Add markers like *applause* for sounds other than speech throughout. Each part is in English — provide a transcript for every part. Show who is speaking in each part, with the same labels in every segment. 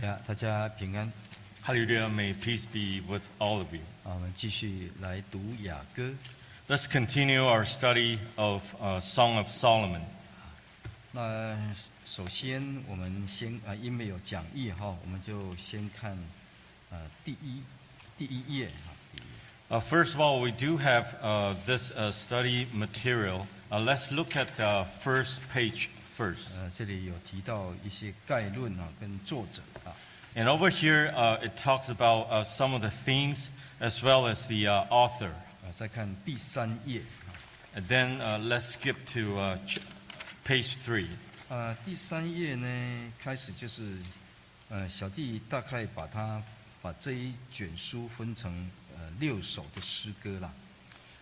Speaker 1: 家啊大家平安。
Speaker 2: Hallelujah. May peace be with all of you.
Speaker 1: 啊，我们继续来读雅歌。
Speaker 2: Let's continue our study of uh, Song of Solomon.
Speaker 1: 那首先我们先啊，因为有讲义哈，我们就先看呃第一第一页哈。第一页
Speaker 2: Uh, first of all, we do have uh, this uh, study material. Uh, let's look at the first page first.
Speaker 1: 呃，这里有提到一些概论啊，跟作者啊。
Speaker 2: And over here, uh, it talks about uh, some of the themes as well as the uh, author.
Speaker 1: 呃，再看第三页啊。
Speaker 2: And then uh, let's skip to uh, ch- page three.
Speaker 1: 呃，第三页呢，开始就是，呃，小弟大概把它把这一卷书分成呃六首的诗歌啦。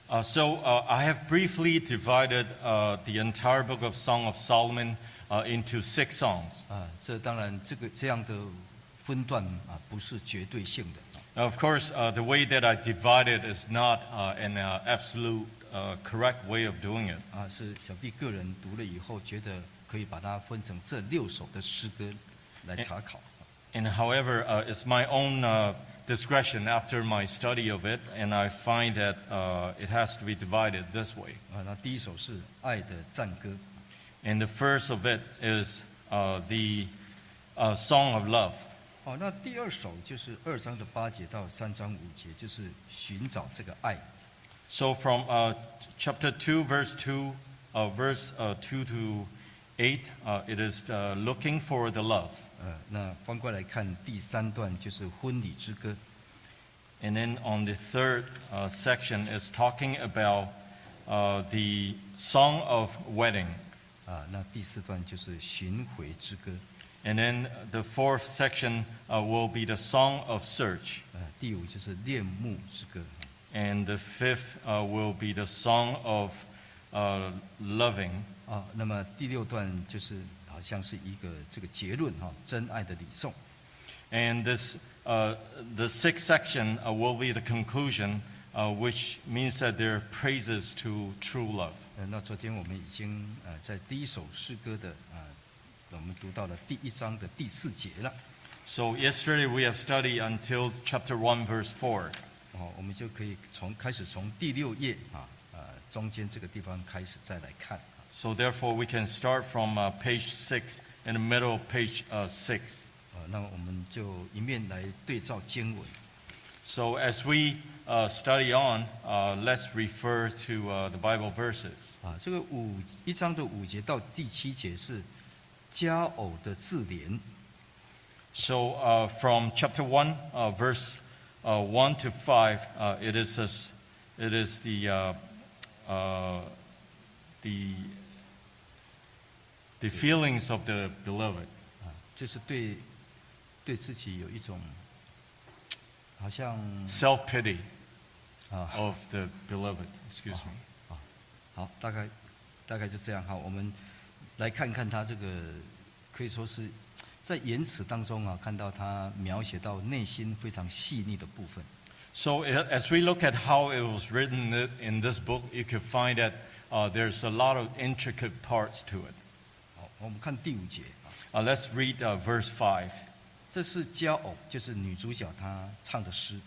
Speaker 2: Uh, so uh, I have briefly divided uh, the entire book of Song of Solomon uh, into six songs.
Speaker 1: 啊，这当然这个这样的分段啊不是绝对性的啊
Speaker 2: Now, of course, uh, the way that I divided is not uh, an uh, absolute uh, correct way of doing it.
Speaker 1: 啊，是小弟个人读了以后觉得可以把它分成这六首的诗歌来查考。
Speaker 2: And however, uh, it's my own uh, discretion after my study of it, and I find that uh, it has to be divided this way.
Speaker 1: 啊，那第一首是《爱的赞歌》，
Speaker 2: And the first of it is uh, the uh, Song of Love.
Speaker 1: 哦，那第二首就是二章的八节到三章五节，就是寻找这个爱。
Speaker 2: So from uh, chapter 2, verse 2, uh, verse uh, 2 to 8, uh, it is uh, looking for the love.
Speaker 1: 呃，那翻过来看第三段就是婚礼之歌，
Speaker 2: And then on the third uh, section is talking about uh, the song of wedding.
Speaker 1: 啊，那第四段就是巡回之歌，
Speaker 2: And then the fourth section uh, will be the song of search.
Speaker 1: 呃，第五就是恋慕之歌，
Speaker 2: And the fifth uh, will be the song of uh, loving.
Speaker 1: 啊，那么第六段就是好像是一个这个结论哈、真爱的礼颂，
Speaker 2: And this, uh, the sixth section uh, will be the conclusion, uh, which means that there are praises to true love.
Speaker 1: 呃，那昨天我们已经呃在第一首诗歌的啊、我们读到了第一章的第四节了，
Speaker 2: So yesterday we have studied until chapter 1, verse 4.
Speaker 1: 哦，我们就可以从开始从第六页啊，呃中间这个地方开始再来看。
Speaker 2: So therefore, we can start from uh, page 6 in the middle of page uh, 6.
Speaker 1: 啊，那我们就一面来对照经文，
Speaker 2: So as we uh, study on, uh, let's refer to uh, the Bible verses.
Speaker 1: 啊，这个五一章的五节到第七节是佳偶的自怜
Speaker 2: So uh, from chapter 1, uh, verse uh, 1 to 5, uh, it is, this, it is the, uh, uh, the, the feelings of the beloved.
Speaker 1: 啊，就是对对自己有一种好像
Speaker 2: Self pity
Speaker 1: 啊
Speaker 2: uh, of the beloved. Excuse me.
Speaker 1: 啊，好，大概大概就这样哈。我们来看看他这个可以说是在言辞当中啊，看到他描写到内心非常细腻的部分。
Speaker 2: So a- as we look at how it was written i- in this book, you can find that uh, there's a lot of intricate parts to it.
Speaker 1: 好，我们看第五节啊，
Speaker 2: Uh, let's read uh, verse 5.
Speaker 1: 这是佳偶，就是女主角她唱的诗。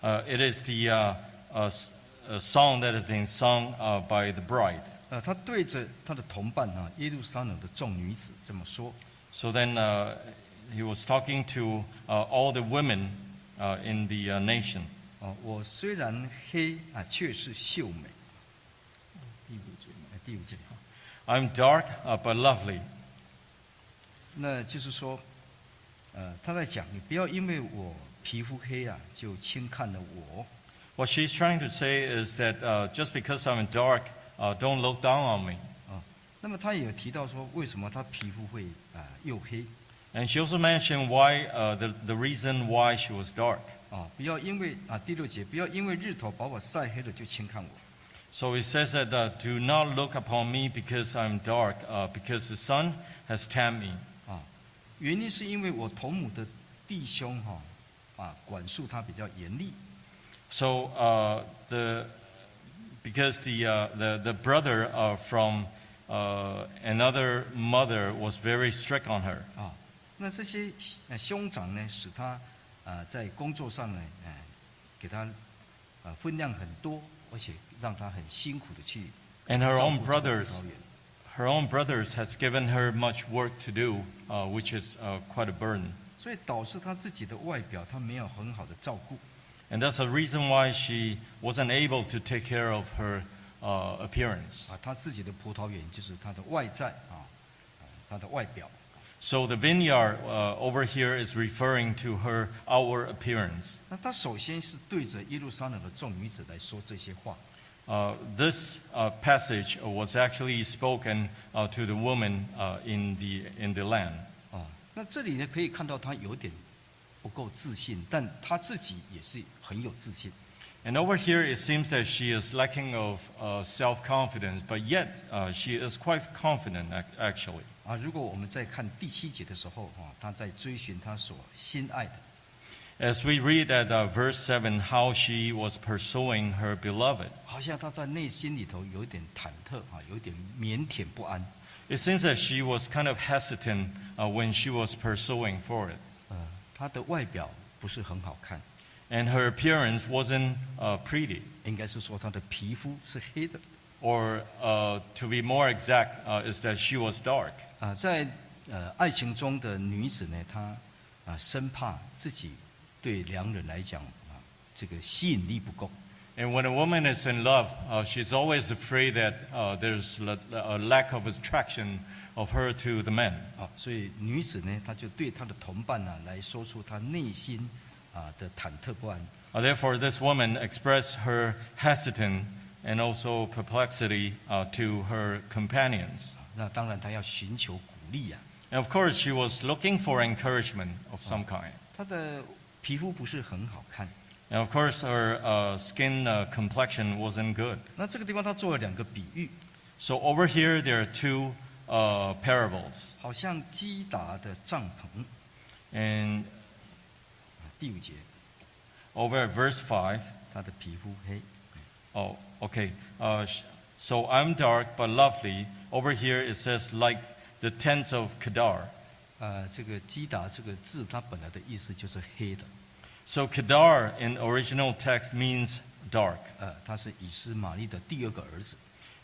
Speaker 2: Uh, it is the uh, uh, s- uh, song that has been sung uh, by the bride.
Speaker 1: 呃，他对着他的同伴啊，耶路撒冷的众女子这么说：
Speaker 2: So then uh, he was talking to uh, all the women uh, in the uh, nation.
Speaker 1: 哦，我虽然黑啊，却是秀美。第五节，呃第五节哈，
Speaker 2: I'm dark uh, but lovely.
Speaker 1: 那就是说，呃，他在讲，你不要因为我皮肤黑啊，就轻看了我。
Speaker 2: What she's trying to say is that uh, just because I'm dark, uh, don't look down on me.
Speaker 1: 那么他也有提到说，为什么他皮肤会啊、又黑
Speaker 2: And she also mentioned why uh, the, the reason why she was dark.
Speaker 1: 啊、不要因为啊第六节，不要因为日头把我晒黑了就轻看我。
Speaker 2: So it says that uh, do not look upon me because I'm dark, uh, because the sun has tanned me.
Speaker 1: 啊，原因是因为我同母的弟兄哈、啊管束他比较严厉。
Speaker 2: So uh, the because the, uh, the the brother uh, from uh, another mother was very strict on her.
Speaker 1: 啊，那这些呃兄长呢，使他啊、呃在工作上呢，呃，给他呃分量很多，而且让他很辛苦的去
Speaker 2: And her
Speaker 1: 照
Speaker 2: own
Speaker 1: 顾这个葡
Speaker 2: brothers,
Speaker 1: 萄园
Speaker 2: her own brothers has given her much work to do, uh, which is uh, quite a burden.
Speaker 1: 所以导致他自己的外表他没有很好的照顾，
Speaker 2: And that's the reason why she wasn't able to take care of her uh, appearance.
Speaker 1: 啊，他自己的葡萄园就是他的外在啊，啊他的外表。
Speaker 2: So the vineyard uh, over here is referring to her outward appearance.
Speaker 1: 那他首先是对着耶路撒冷的众女子来说这些话，
Speaker 2: Uh, this uh, passage was actually spoken uh, to the woman uh, in, the, in the land.
Speaker 1: 哦，那这里呢可以看到他有点不够自信，但他自己也是很有自信。
Speaker 2: And over here, it seems that she is lacking of uh, self-confidence, but yet uh, she is quite confident, ac- actually.
Speaker 1: 啊，如果我们在看第七节的时候，哈、他在追寻他所心爱的，
Speaker 2: As we read at uh, verse 7, how she was pursuing her beloved.
Speaker 1: 好像他在内心里头有点忐忑，啊，有点腼腆不安。
Speaker 2: It seems that she was kind of hesitant uh, when she was pursuing for it.
Speaker 1: 呃，他的外表不是很好看，
Speaker 2: And her appearance wasn't uh, pretty,
Speaker 1: 应该是说他的皮肤是黑的。
Speaker 2: or uh, to be more exact, uh, is that she was dark.
Speaker 1: 啊，在呃爱情中的女子呢，她啊生怕自己对良人来讲啊这个吸引力不够，
Speaker 2: And when a woman is in love, uh, she's always afraid that uh, there's la- a lack of attraction of her to the men.
Speaker 1: 啊，所以女子呢，她就对她的同伴呢、来说出她内心啊的忐忑不安。
Speaker 2: Uh, therefore, this woman expressed her hesitant and also perplexity uh, to her companions.
Speaker 1: 那当然，她要寻求鼓励啊呀、
Speaker 2: And of course, she was looking for encouragement of some kind.
Speaker 1: 她的皮肤不是很好看。
Speaker 2: And of course, her uh, skin uh, complexion wasn't good.
Speaker 1: 那这个地方她做了两个比喻，
Speaker 2: So over here, there are two uh, parables.
Speaker 1: 好像基达的帐篷，
Speaker 2: And
Speaker 1: 啊第五节，
Speaker 2: over at verse 5,
Speaker 1: 她的皮肤黑。
Speaker 2: oh, okay. Uh, sh- so I'm dark but lovely. Over here, it says, like the tents of Kedar.
Speaker 1: 呃，这个基达这个字，它本来的意思就是黑的。
Speaker 2: So Kedar in original text means dark.
Speaker 1: 呃，他是以斯玛利的第二个儿子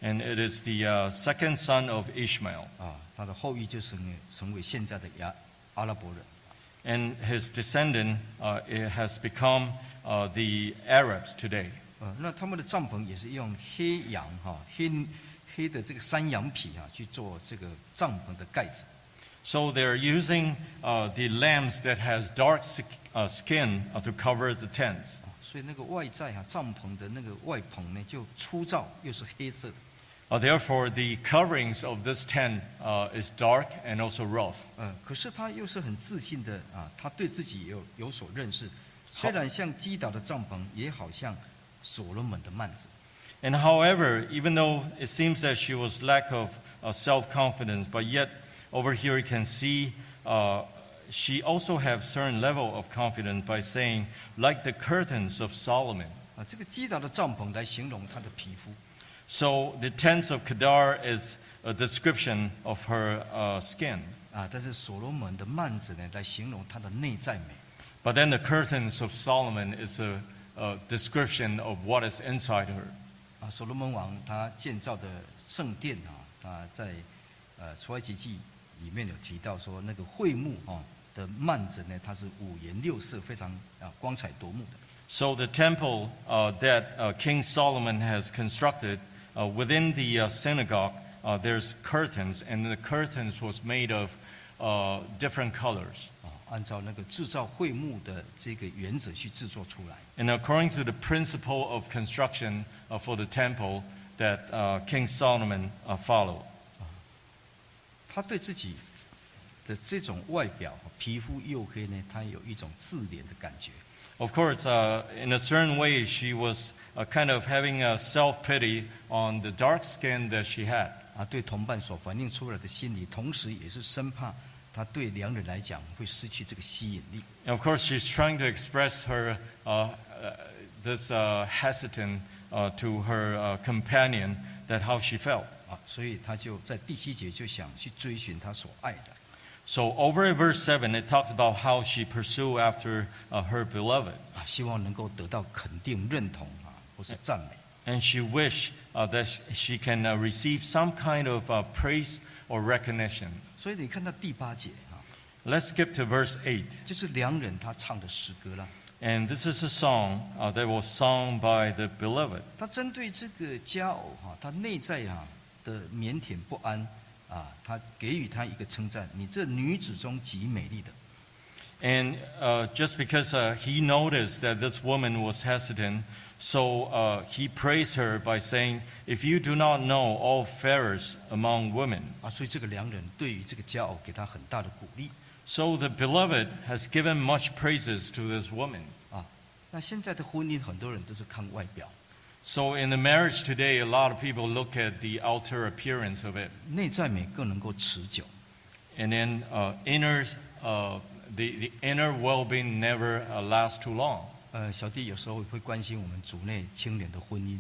Speaker 2: And it is the uh, second son of Ishmael.
Speaker 1: 啊，他的后裔就成为成为现在的亚阿拉伯人。
Speaker 2: And his descendant uh, it has become uh, the Arabs today.
Speaker 1: 呃，那他们的帐篷也是用黑羊哈、黑黑的这个山羊皮啊去做这个帐篷的盖子。
Speaker 2: So they're using uh, the lambs that has dark sk- uh, skin uh, to cover the tents.
Speaker 1: 啊所以那个外在啊，帐篷的那个外棚呢，就粗糙又是黑色的。
Speaker 2: Uh, therefore, the coverings of this tent uh, is dark and also rough.
Speaker 1: 呃，可是他又是很自信的啊，他对自己也有有所认识。虽然像基达的帐篷，也好像所罗门的幔子。
Speaker 2: And however, even though it seems that she was lack of uh, self-confidence, but yet over here you can see uh, she also have certain level of confidence by saying, like the curtains of Solomon.
Speaker 1: 啊，这个基达的帐篷来形容她的皮肤，
Speaker 2: So the tents of Kedar is a description of her uh, skin.
Speaker 1: 啊，但是所罗门的幔子呢，来形容她的内在美。
Speaker 2: But then the curtains of Solomon is a, a description of what is inside her.
Speaker 1: 啊，所罗门王他建造的圣殿啊，他在呃出埃及记里面有提到说，那个会幕啊的幔子呢，它是五颜六色，非常啊光彩夺目的。
Speaker 2: So the temple uh, that uh, King Solomon has constructed uh, within the uh, synagogue, uh, there's curtains, and the curtains was made of uh, different colors.
Speaker 1: 啊，按照那个制造会幕的这个原则去制作出来。
Speaker 2: And according to the principle of construction uh, for the temple that uh, King Solomon uh, followed.
Speaker 1: 他对自己的这种外表、啊皮肤黝黑呢，他有一种自怜的感觉。
Speaker 2: Of course, uh, in a certain way, she was uh, kind of having a self pity on the dark skin that she had.
Speaker 1: 啊，对同伴所反映出来的心理，同时也是生怕他对良人来讲会失去这个吸引力。
Speaker 2: And of course, she's trying to express her uh, uh, this uh, hesitant uh, to her uh, companion that how she felt.
Speaker 1: 啊，所以他就在第七节就想去追寻他所爱的。
Speaker 2: So over at verse 7, it talks about how she pursued after uh, her beloved.
Speaker 1: 啊，希望能够得到肯定、认同啊，或是赞美。
Speaker 2: And she wished uh, that sh- she can uh, receive some kind of uh, praise or recognition.
Speaker 1: 所以你看到第八节啊，
Speaker 2: Let's skip to verse 8.
Speaker 1: 就是良人他唱的诗歌啦。
Speaker 2: And this is a song uh, that was sung by the beloved.
Speaker 1: 他针对这个佳偶哈、他内在啊的腼腆不安啊，他给予他一个称赞：你这女子中极美丽的。
Speaker 2: And uh, just because uh, he noticed that this woman was hesitant, so uh, he praised her by saying, If you do not know all fairest among women.
Speaker 1: 啊，所以这个良人对于这个佳偶给他很大的鼓励
Speaker 2: So the beloved has given much praises to this woman.
Speaker 1: 啊。那现在的婚姻很多人都是看外表，
Speaker 2: So in the marriage today, a lot of people look at the outer appearance of it,
Speaker 1: 内在美更能够持久。
Speaker 2: and then uh, inner, uh, the, the inner well-being never uh, lasts too long.
Speaker 1: 呃，小弟有时候会关心我们组内青年的婚姻，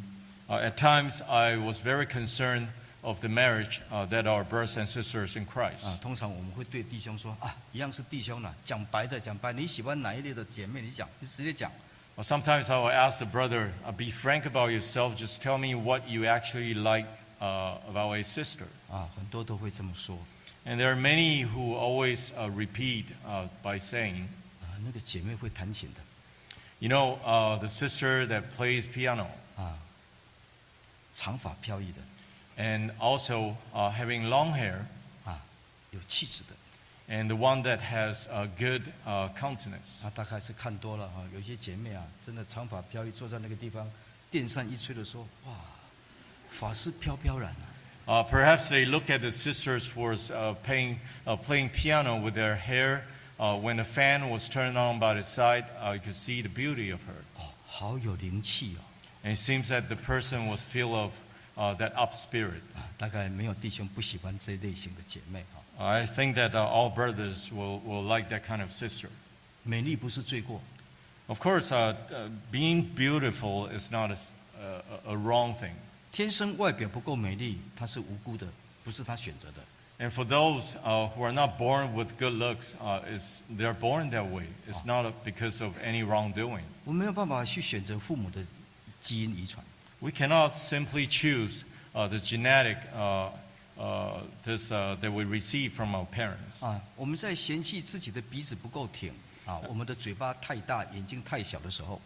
Speaker 2: Uh, at times, I was very concerned of the marriage uh, that are brothers and sisters in Christ.
Speaker 1: 啊，通常我们会对弟兄说啊，一样是弟兄啦，讲白的讲白，你喜欢哪一类的姐妹，你讲，你直接讲。
Speaker 2: Well, sometimes I will ask the brother, uh, be frank about yourself. Just tell me what you actually like uh, about a sister.
Speaker 1: 啊，很多都会这么说。
Speaker 2: And there are many who always uh, repeat uh, by saying,
Speaker 1: 啊，那个姐妹会弹琴的
Speaker 2: you know, uh, the sister that plays piano
Speaker 1: 啊，长发飘逸的
Speaker 2: and also uh, having long hair
Speaker 1: 啊，有气质的。
Speaker 2: and the one that has a good uh, countenance.
Speaker 1: 啊，大概是看多了哈、有些姐妹啊，真的长发飘逸，坐在那个地方，电扇一吹的时候，哇，发丝飘飘然、啊。
Speaker 2: Uh, perhaps they look at the sisters who was uh, playing, uh, playing piano with their hair. Uh, when the fan was turned on by the side, uh, you could see the beauty of her.
Speaker 1: 哦，好有灵气哦。
Speaker 2: And it seems that the person was filled of uh, that up spirit.
Speaker 1: 啊，大概没有弟兄不喜欢这一类型的姐妹哦哈、
Speaker 2: I think that uh, all brothers will, will like that kind of sister.
Speaker 1: 美丽不是罪过，
Speaker 2: Of course, uh, uh, being beautiful is not a, s- a- a- a wrong thing.
Speaker 1: 天生外表不够美丽，她是无辜的，不是她选择的。
Speaker 2: And for those uh, who are not born with good looks, uh, is they're born that way. It's not because of any wrongdoing.
Speaker 1: 我没有办法去选择父母的基因遗传。
Speaker 2: We cannot simply choose uh, the genetic uh, uh, this, uh, that we receive from our parents.
Speaker 1: 啊，我们在嫌弃自己的鼻子不够挺啊，我们的嘴巴太大，眼睛太小的时候，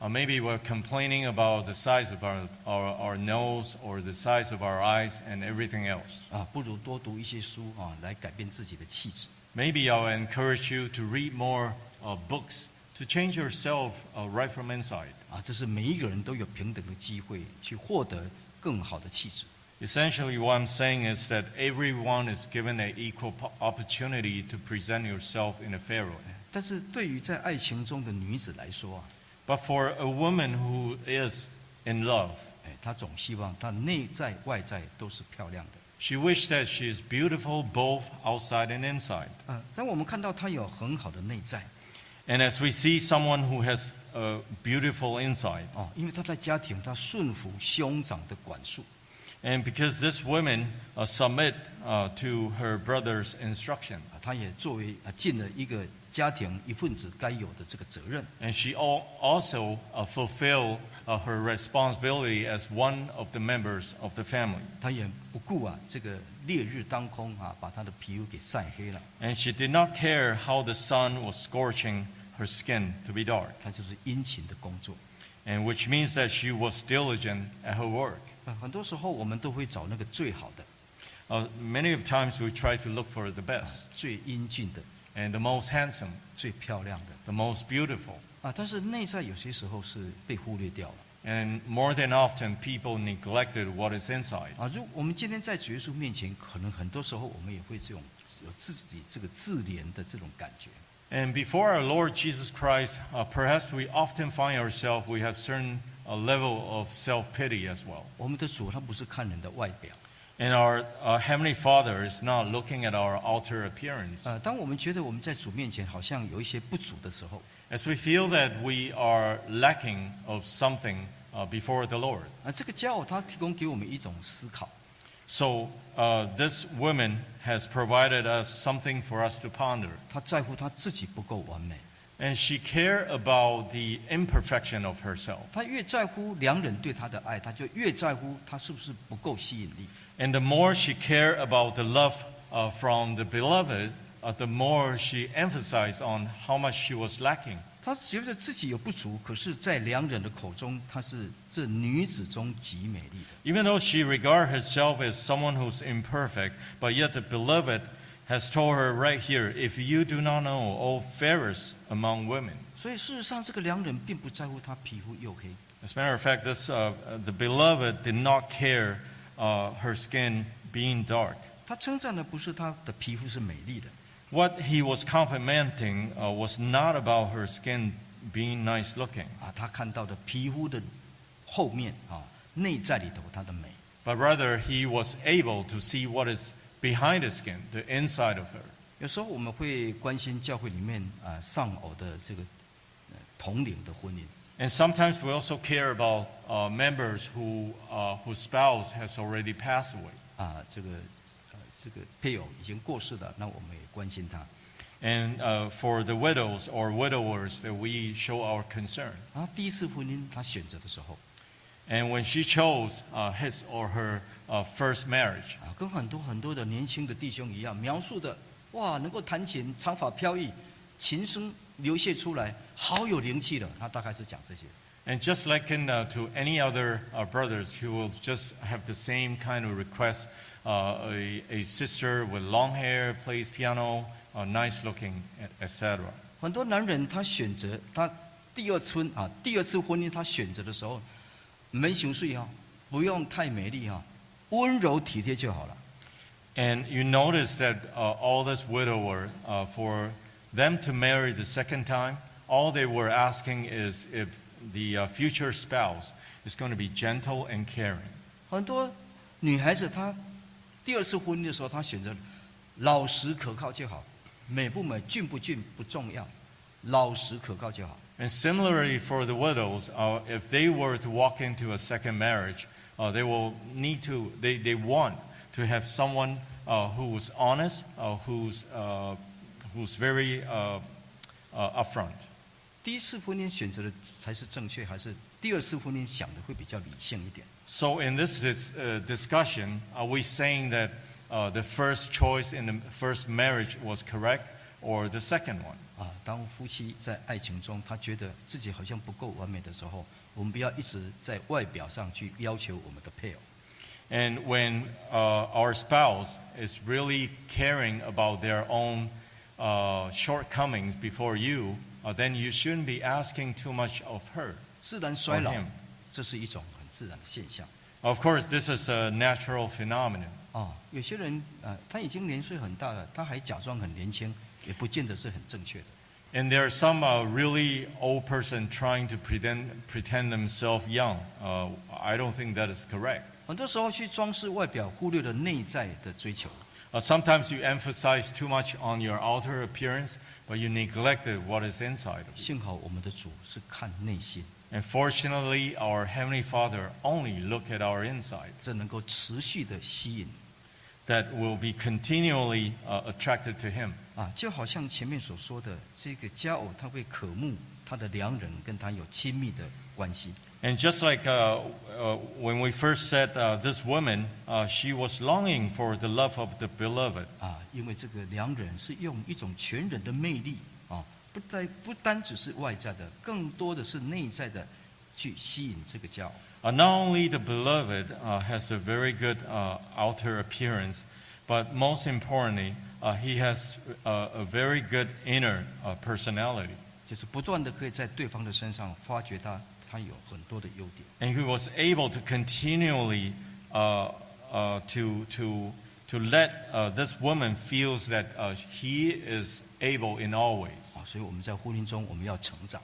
Speaker 2: Uh, maybe we're complaining about the size of our, our, our nose or the size of our eyes and everything else.
Speaker 1: 啊，不如多读一些书啊，来改变自己的气质。
Speaker 2: Maybe I'll encourage you to read more uh, books to change yourself uh, right from inside.
Speaker 1: 啊，这是每一个人都有平等的机会去获得更好的气质。
Speaker 2: Essentially, what I'm saying is that everyone is given an equal po- opportunity to present yourself in a fair way.
Speaker 1: 哎但是对于在爱情中的女子来说啊，
Speaker 2: But for a woman who is in love,
Speaker 1: 哎，她总希望她内在外在都是漂亮的。
Speaker 2: she wished that she is beautiful both outside and inside.
Speaker 1: 啊，但我们看到她有很好的内在
Speaker 2: And as we see someone who has a beautiful inside,
Speaker 1: 哦，因为她在家庭她顺服兄长的管束
Speaker 2: and because this woman uh, submit uh, to her brother's instruction,
Speaker 1: 啊，她也作为啊尽了一个家庭一份子该有的这个责任。
Speaker 2: and she al- also uh, fulfill uh, her responsibility as one of the members of the family.
Speaker 1: 他也不顾啊这个烈日当空啊，把他的皮肤给晒黑了，
Speaker 2: And she did not care how the sun was scorching her skin to be dark,
Speaker 1: 他就是殷勤的工作。
Speaker 2: and which means that she was diligent at her work.
Speaker 1: 啊，很多时候我们都会找那个最好的、
Speaker 2: Uh, many of times we try to look for the best
Speaker 1: 最英俊的、
Speaker 2: and the most handsome,
Speaker 1: 最漂亮的
Speaker 2: the most beautiful.
Speaker 1: 啊，但是内在有些时候是被忽略掉了
Speaker 2: And more than often, people neglected what is inside.
Speaker 1: 啊。如我们今天在主耶稣面前，可能很多时候我们也会这种有自己这个自怜的这种感觉
Speaker 2: And before our Lord Jesus Christ, uh, perhaps we often find ourselves we have certain uh, level of self-pity as well.
Speaker 1: 我们的主他不是看人的外表
Speaker 2: And our uh, Heavenly Father is not looking at our outer appearance.
Speaker 1: 啊，当我们觉得我们在主面前好像有一些不足的时候
Speaker 2: As we feel that we are lacking of something uh, before the Lord.
Speaker 1: 啊，这个教他提供给我们一种思考。
Speaker 2: So uh, this woman has provided us something for us to ponder.
Speaker 1: 她在乎她自己不够完美，
Speaker 2: And she cared about the imperfection of herself.
Speaker 1: 她越在乎良人对她的爱，她就越在乎她是不是不够吸引力。
Speaker 2: And the more she cared about the love uh, from the beloved, uh, the more she emphasized on how much she was lacking.
Speaker 1: 她觉得自己有不足，可是，在良人的口中，她是这女子中极美丽的。
Speaker 2: Even though she regarded herself as someone who's imperfect, but yet the beloved has told her right here, if you do not know, O fairest among women.
Speaker 1: 所以，事实上，这个良人并不在乎她皮肤黝黑，
Speaker 2: As a matter of fact, this, uh, uh, the beloved did not care uh, her skin being dark.
Speaker 1: 他称赞的不是她的皮肤是美丽的，
Speaker 2: What he was complimenting uh, was not about her skin being nice looking,
Speaker 1: 啊，他看到的皮肤的后面啊，内在里头它的美。
Speaker 2: but rather he was able to see what is behind the skin, the inside of her.
Speaker 1: 有时候我们会关心教会里面啊丧偶的这个呃同龄的婚姻，
Speaker 2: And sometimes we also care about uh, members who, uh, whose spouse has already passed away.
Speaker 1: 啊，这个呃这个配偶已经过世了，那我们也关心他。
Speaker 2: And uh, for the widows or widowers, that we show our concern.
Speaker 1: 啊，第一次婚姻他选择的时候
Speaker 2: And when she chose uh, his or her uh, first marriage,
Speaker 1: 啊，跟很多很多的年轻的弟兄一样，描述的哇，能够弹琴，长发飘逸，琴声流泻出来，好有灵气的。他大概是讲这些。
Speaker 2: and just like in, uh, to any other uh, brothers, he will just have the same kind of request uh, a, a sister with long hair, plays piano, uh, nice looking, etc.
Speaker 1: 很多男人他选择他第二春啊，第二次婚姻他选择的时候，没情绪啊，不用太美丽啊，温柔体贴就好了。
Speaker 2: And you notice that uh, all this widower, uh, for them to marry the second time, all they were asking is if the uh, future spouse is going to be gentle and caring.
Speaker 1: 很多女孩子她第二次婚姻的时候，她选择老实可靠就好，美不美、俊不俊不重要，老实可靠就好。
Speaker 2: And similarly for the widows, uh, if they were to walk into a second marriage, uh, they will need to, they, they want to have someone uh, who is honest, uh, who's, uh, who's very uh, uh, upfront.
Speaker 1: 第一次婚姻选择的才是正确，还是第二次婚姻想的会比较理性一点？
Speaker 2: So in this, dis uh, discussion, are we saying that uh, the first choice in the first marriage was correct, or the second one?
Speaker 1: 啊，当夫妻在爱情中，他觉得自己好像不够完美的时候，我们不要一直在外表上去要求我们的配偶。
Speaker 2: And when uh, our spouse is really caring about their own uh, shortcomings before you, uh, then you shouldn't be asking too much of her.
Speaker 1: 自然衰老
Speaker 2: Okay，
Speaker 1: 这是一种很自然的现象。
Speaker 2: Of course, this is a natural phenomenon.
Speaker 1: 啊，有些人啊，他已经年岁很大了，他还假装很年轻，也不见得是很正确的。
Speaker 2: And there are some uh, really old person trying to pretend, pretend themselves young. Uh, I don't think that is correct.
Speaker 1: 很多时候去装饰外表，忽略了内在的追求。
Speaker 2: Uh, sometimes you emphasize too much on your outer appearance, but you neglected what is inside of you.
Speaker 1: 幸好我们的主是看内心，
Speaker 2: And fortunately, our Heavenly Father only look at our inside.
Speaker 1: 这能够持续的吸引
Speaker 2: That will be continually uh, attracted to Him.
Speaker 1: 啊，就好像前面所说的，这个佳偶他会渴慕他的良人跟他有亲密的关系。
Speaker 2: And just like uh, uh, when we first said uh, this woman, uh, she was longing for the love of the beloved.
Speaker 1: 啊，因为这个良人是用一种全人的魅力啊，不在不单只是外在的，更多的是内在的，去吸引这个骄傲。
Speaker 2: Uh, not only the beloved uh, has a very good uh, outer appearance, but most importantly, uh, he has uh, a very good inner uh, personality.
Speaker 1: 就是不断的可以在对方的身上发掘他他有很多的优点。
Speaker 2: and he was able to continually uh, uh, to to to let uh, this woman feels that uh, he is able in all ways.
Speaker 1: 啊，所以我们在婚姻中我们要成长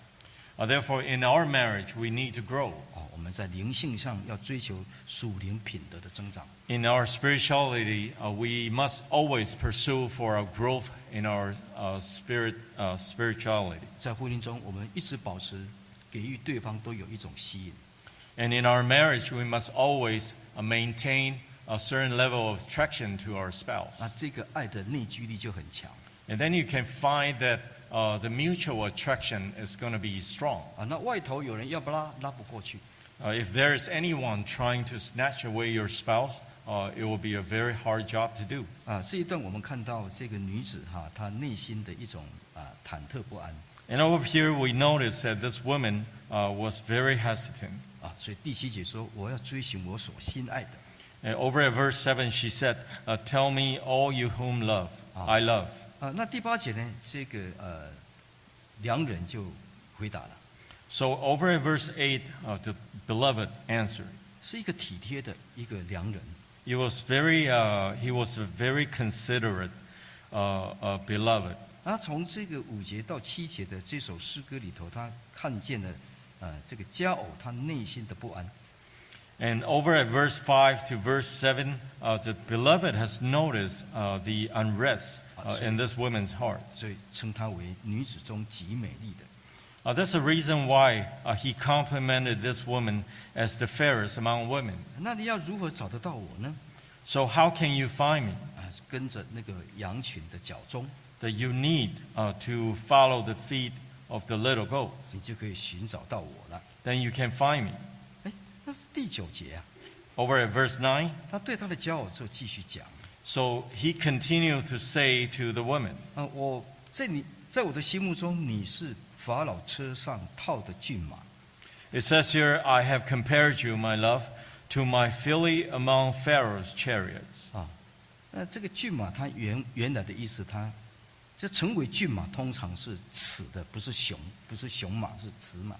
Speaker 2: Uh, therefore, in our marriage, we need to grow.
Speaker 1: 啊，我们在灵性上要追求属灵品德的增长。
Speaker 2: In our spirituality, uh, we must always pursue for our growth in our uh, spirit uh, spirituality.
Speaker 1: 在婚姻中，我们一直保持给予对方都有一种吸引。
Speaker 2: And in our marriage, we must always uh, maintain a certain level of attraction to our spouse.
Speaker 1: 那啊这个爱的内聚力就很强
Speaker 2: And then you can find that uh, the mutual attraction is going to be strong.
Speaker 1: 啊。那外头有人要不拉拉不过去，
Speaker 2: Uh, if there is anyone trying to snatch away your spouse, uh, it will be a very hard job to do.
Speaker 1: 啊，这一段我们看到这个女子哈、她内心的一种啊忐忑不安
Speaker 2: And over here, we notice that this woman uh, was very hesitant.
Speaker 1: 啊，所以第七节说我要追寻我所心爱的
Speaker 2: And over at verse 7, she said, uh, Tell me all you whom love,
Speaker 1: Ah.
Speaker 2: I love.
Speaker 1: 啊。那第八节呢，这个呃良人就回答了，
Speaker 2: So over at verse 8, uh, the beloved answered.
Speaker 1: 是一个体贴的一个良人
Speaker 2: He was very, uh, he was a very considerate uh, uh, beloved.
Speaker 1: 啊。从这个五节到七节的这首诗歌里头，他看见了呃这个佳偶他内心的不安。
Speaker 2: And over at verse 5 to verse 7, uh, the beloved has noticed uh, the unrest uh, in this woman's heart.
Speaker 1: 所以称她为女子中极美丽的。
Speaker 2: Uh, that's the reason why uh, he complimented this woman as the fairest among women.
Speaker 1: 那你要如何找得到我呢？
Speaker 2: So, how can you find me?
Speaker 1: 啊，跟着那个羊群的脚踪，
Speaker 2: That you need uh, to follow the feet of the little goats.
Speaker 1: 你就可以寻找到我了。
Speaker 2: Then you can find me.
Speaker 1: 哎，那是第九节啊，
Speaker 2: Over at verse 9,
Speaker 1: 他对他的骄傲就继续讲
Speaker 2: so he continued to say to the woman,
Speaker 1: 啊，我在你在我的心目中，你是法老车上套的骏马
Speaker 2: It says here, I have compared you, my love, to my filly among Pharaoh's chariots.
Speaker 1: 啊。那这个骏马，它原原来的意思，它就成为骏马，通常是雌的，不是雄，不是雄马，是雌马。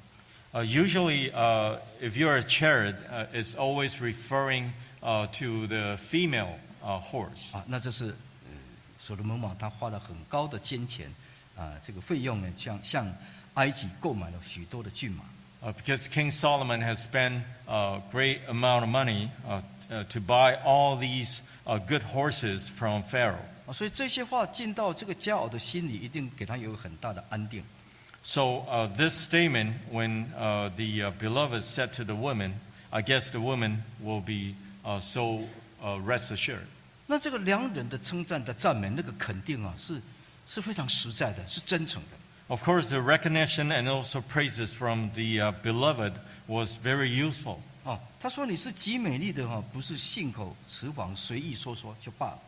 Speaker 2: Uh, usually, uh, if you're a chariot, uh, it's always referring uh, to the female uh, horse.
Speaker 1: 啊，那这是呃，所罗门王他花了很高的金钱，啊，这个费用呢，向向埃及购买了许多的骏马，
Speaker 2: Uh, because King Solomon has spent a great amount of money uh, uh, to buy all these uh, good horses from Pharaoh.
Speaker 1: 啊，所以这些话进到这个佳偶的心里，一定给他有很大的安定。
Speaker 2: So, uh, this statement, when uh, the uh, beloved said to the woman, I guess the woman will be uh, so uh, rest assured.
Speaker 1: 那这个良人的称赞的赞美，那个肯定啊，是是非常实在的，是真诚的。
Speaker 2: Of course, the recognition and also praises from the uh, beloved was very useful.
Speaker 1: 啊，他说你是极美丽的哈、不是信口雌黄，随意说说就罢了。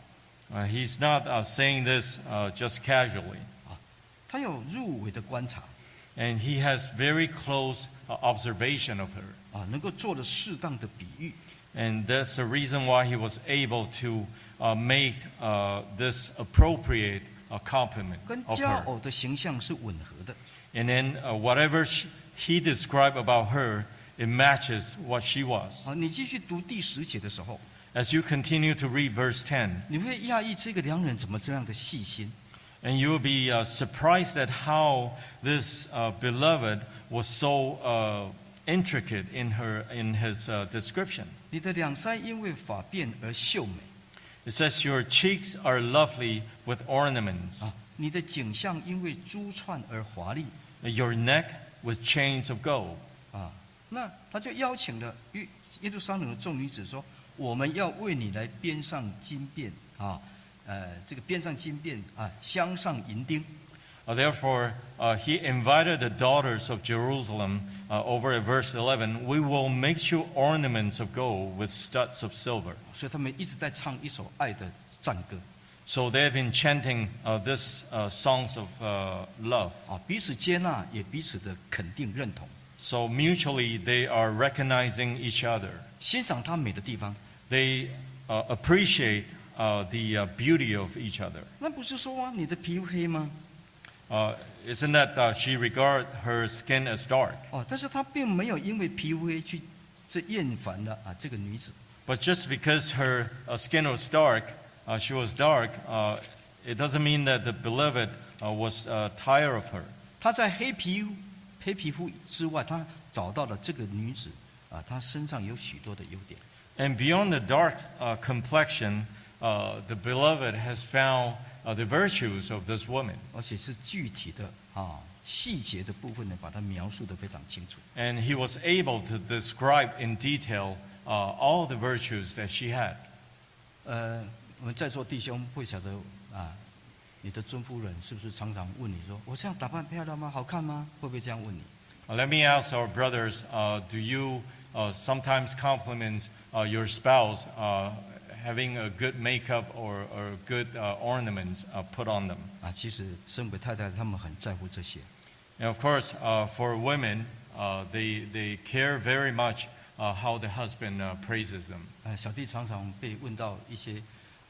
Speaker 2: Uh, he's not uh, saying this uh, just casually,
Speaker 1: 他有入围的观察
Speaker 2: and he has very close uh, observation of her.
Speaker 1: 啊，能够做了适当的比喻
Speaker 2: And that's the reason why he was able to uh, make uh, this appropriate uh, compliment
Speaker 1: 跟
Speaker 2: of
Speaker 1: 佳
Speaker 2: her.
Speaker 1: 偶的形象是吻合的。
Speaker 2: And then uh, whatever she, he described about her, it matches what she was.
Speaker 1: 啊，你继续读第十节的时候，
Speaker 2: As you continue to read verse 10,
Speaker 1: 你会讶异这个良人怎么这样的细心
Speaker 2: and you will be uh, surprised at how this uh, beloved was so uh, intricate in, her, in his uh, description.
Speaker 1: 你的两腮因为发辫而秀美
Speaker 2: It says, Your cheeks are lovely with ornaments,
Speaker 1: 啊，你的颈项因为珠串而华丽
Speaker 2: your neck with chains of gold.
Speaker 1: 啊。那他就邀请了耶耶路撒冷的众女子说：“我们要为你来编上金辫啊，呃，这个编上金辫啊，镶上银钉
Speaker 2: Uh, Therefore, uh, he invited the daughters of Jerusalem uh, over at verse 11 We will make you ornaments of gold with studs of silver.
Speaker 1: 所以他们一直在唱一首爱的赞歌
Speaker 2: So they have been chanting uh, this uh, songs of uh, love.
Speaker 1: 啊，彼此接纳，也彼此的肯定认同，
Speaker 2: So mutually, they are recognizing each other.
Speaker 1: 欣赏她美的地方。
Speaker 2: They uh, appreciate uh, the uh, beauty of each other.
Speaker 1: 那不是说啊，你的皮肤黑吗？
Speaker 2: Uh, isn't that uh, she regard her skin as dark?
Speaker 1: 哦，但是他并没有因为 PUA 去这厌烦了啊这个女子
Speaker 2: But just because her uh, skin was dark, uh, she was dark, uh, it doesn't mean that the beloved uh, was uh, tired of her.
Speaker 1: 他在黑皮黑皮肤之外，他找到了这个女子啊，她身上有许多的优点
Speaker 2: And beyond the dark uh, complexion, uh, the beloved has found uh, the virtues of this woman.
Speaker 1: 而且是具体的啊细节的部分呢，把它描述的非常清楚
Speaker 2: And he was able to describe in detail uh, all the virtues that she had.
Speaker 1: 呃，我们在座弟兄不晓得啊，你的尊夫人是不是常常问你说：“我这样打扮漂亮吗？好看吗？”会不会这样问你？
Speaker 2: Uh, let me ask our brothers uh, do you uh, sometimes compliment uh, your spouse uh, having a good makeup or, or good uh, ornaments uh, put on them?
Speaker 1: 啊，其实身为太太，他们很在乎这些。
Speaker 2: And of course, uh, for women, uh, they, they care very much uh, how the husband uh, praises them.
Speaker 1: 呃，小弟常常被问到一些，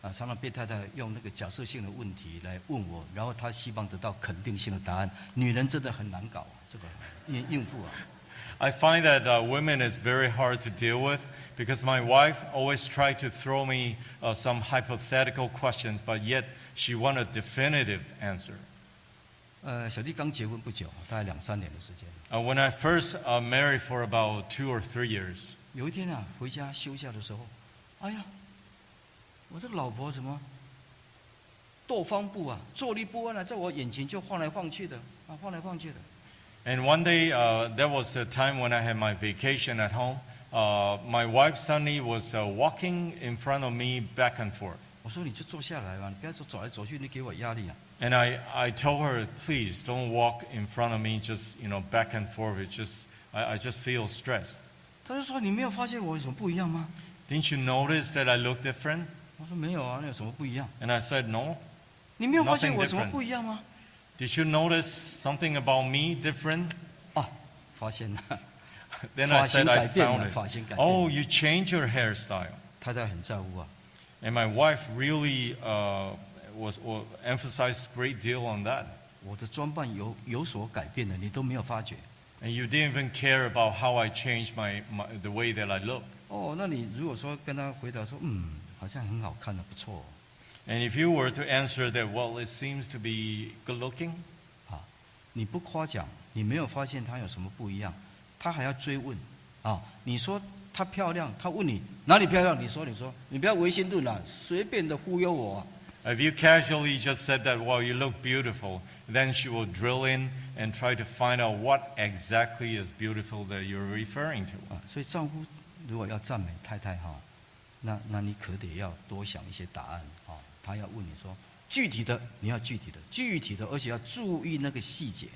Speaker 1: 啊，常常被太太用那个假设性的问题来问我，然后他希望得到肯定性的答案。女人真的很难搞啊，这个应应付啊。
Speaker 2: I find that uh, women is very hard to deal with because my wife always try to throw me uh, some hypothetical questions, but yet she want a definitive answer.
Speaker 1: 呃，小弟刚结婚不久，大概两三年的时间。
Speaker 2: Uh, when I first uh, married for about two or three years,
Speaker 1: 有一天啊，回家休假的时候，哎呀，我这个老婆怎么斗方步啊，坐立不安啊，在我眼前就晃来晃去的啊，晃来晃去的。
Speaker 2: and one day uh, there was a time when I had my vacation at home. Uh, my wife suddenly was uh, walking in front of me back and forth.
Speaker 1: 我说你就坐下来嘛，你不要说走来走去，你给我压力啊。
Speaker 2: And I, I told her, please don't walk in front of me, just, you know, back and forth. It's just, I, I just feel stressed.
Speaker 1: 他就说你没有发现我有什么不一样吗？
Speaker 2: Didn't you notice that I look different?
Speaker 1: 我说没有啊，那有什么不一样？
Speaker 2: And I said, no.
Speaker 1: 你没有发现我有什么不一样吗？
Speaker 2: Did you notice something about me different?
Speaker 1: 啊，发现啊了， *laughs*
Speaker 2: Then
Speaker 1: 发
Speaker 2: I said, I
Speaker 1: 型改变了，
Speaker 2: found it.
Speaker 1: 发型改变了。
Speaker 2: Oh, you changed your hairstyle.
Speaker 1: 太太很在乎啊。
Speaker 2: And my wife really uh, was, was emphasized great deal on that.
Speaker 1: 我的装扮有有所改变了，你都没有发觉。
Speaker 2: And you didn't even care about how I changed my, my the way that I look.
Speaker 1: 哦，那你如果说跟他回答说，嗯，好像很好看的，不错、哦。
Speaker 2: And if you were to answer that, well, it seems to be good looking,
Speaker 1: 啊，你不夸奖，你没有发现她有什么不一样，她还要追问啊。你说她漂亮，她问你哪里漂亮，你说你说，你不要唯心论啊，随便的忽悠我、啊。
Speaker 2: If you casually just said that, well, you look beautiful, then she will drill in and try to find out what exactly is beautiful that you're referring to.
Speaker 1: 啊，所以丈夫如果要赞美太太哈、那那你可得要多想一些答案啊、他要问你说具体的，你要具体的，具体的，而且要注意那个细节。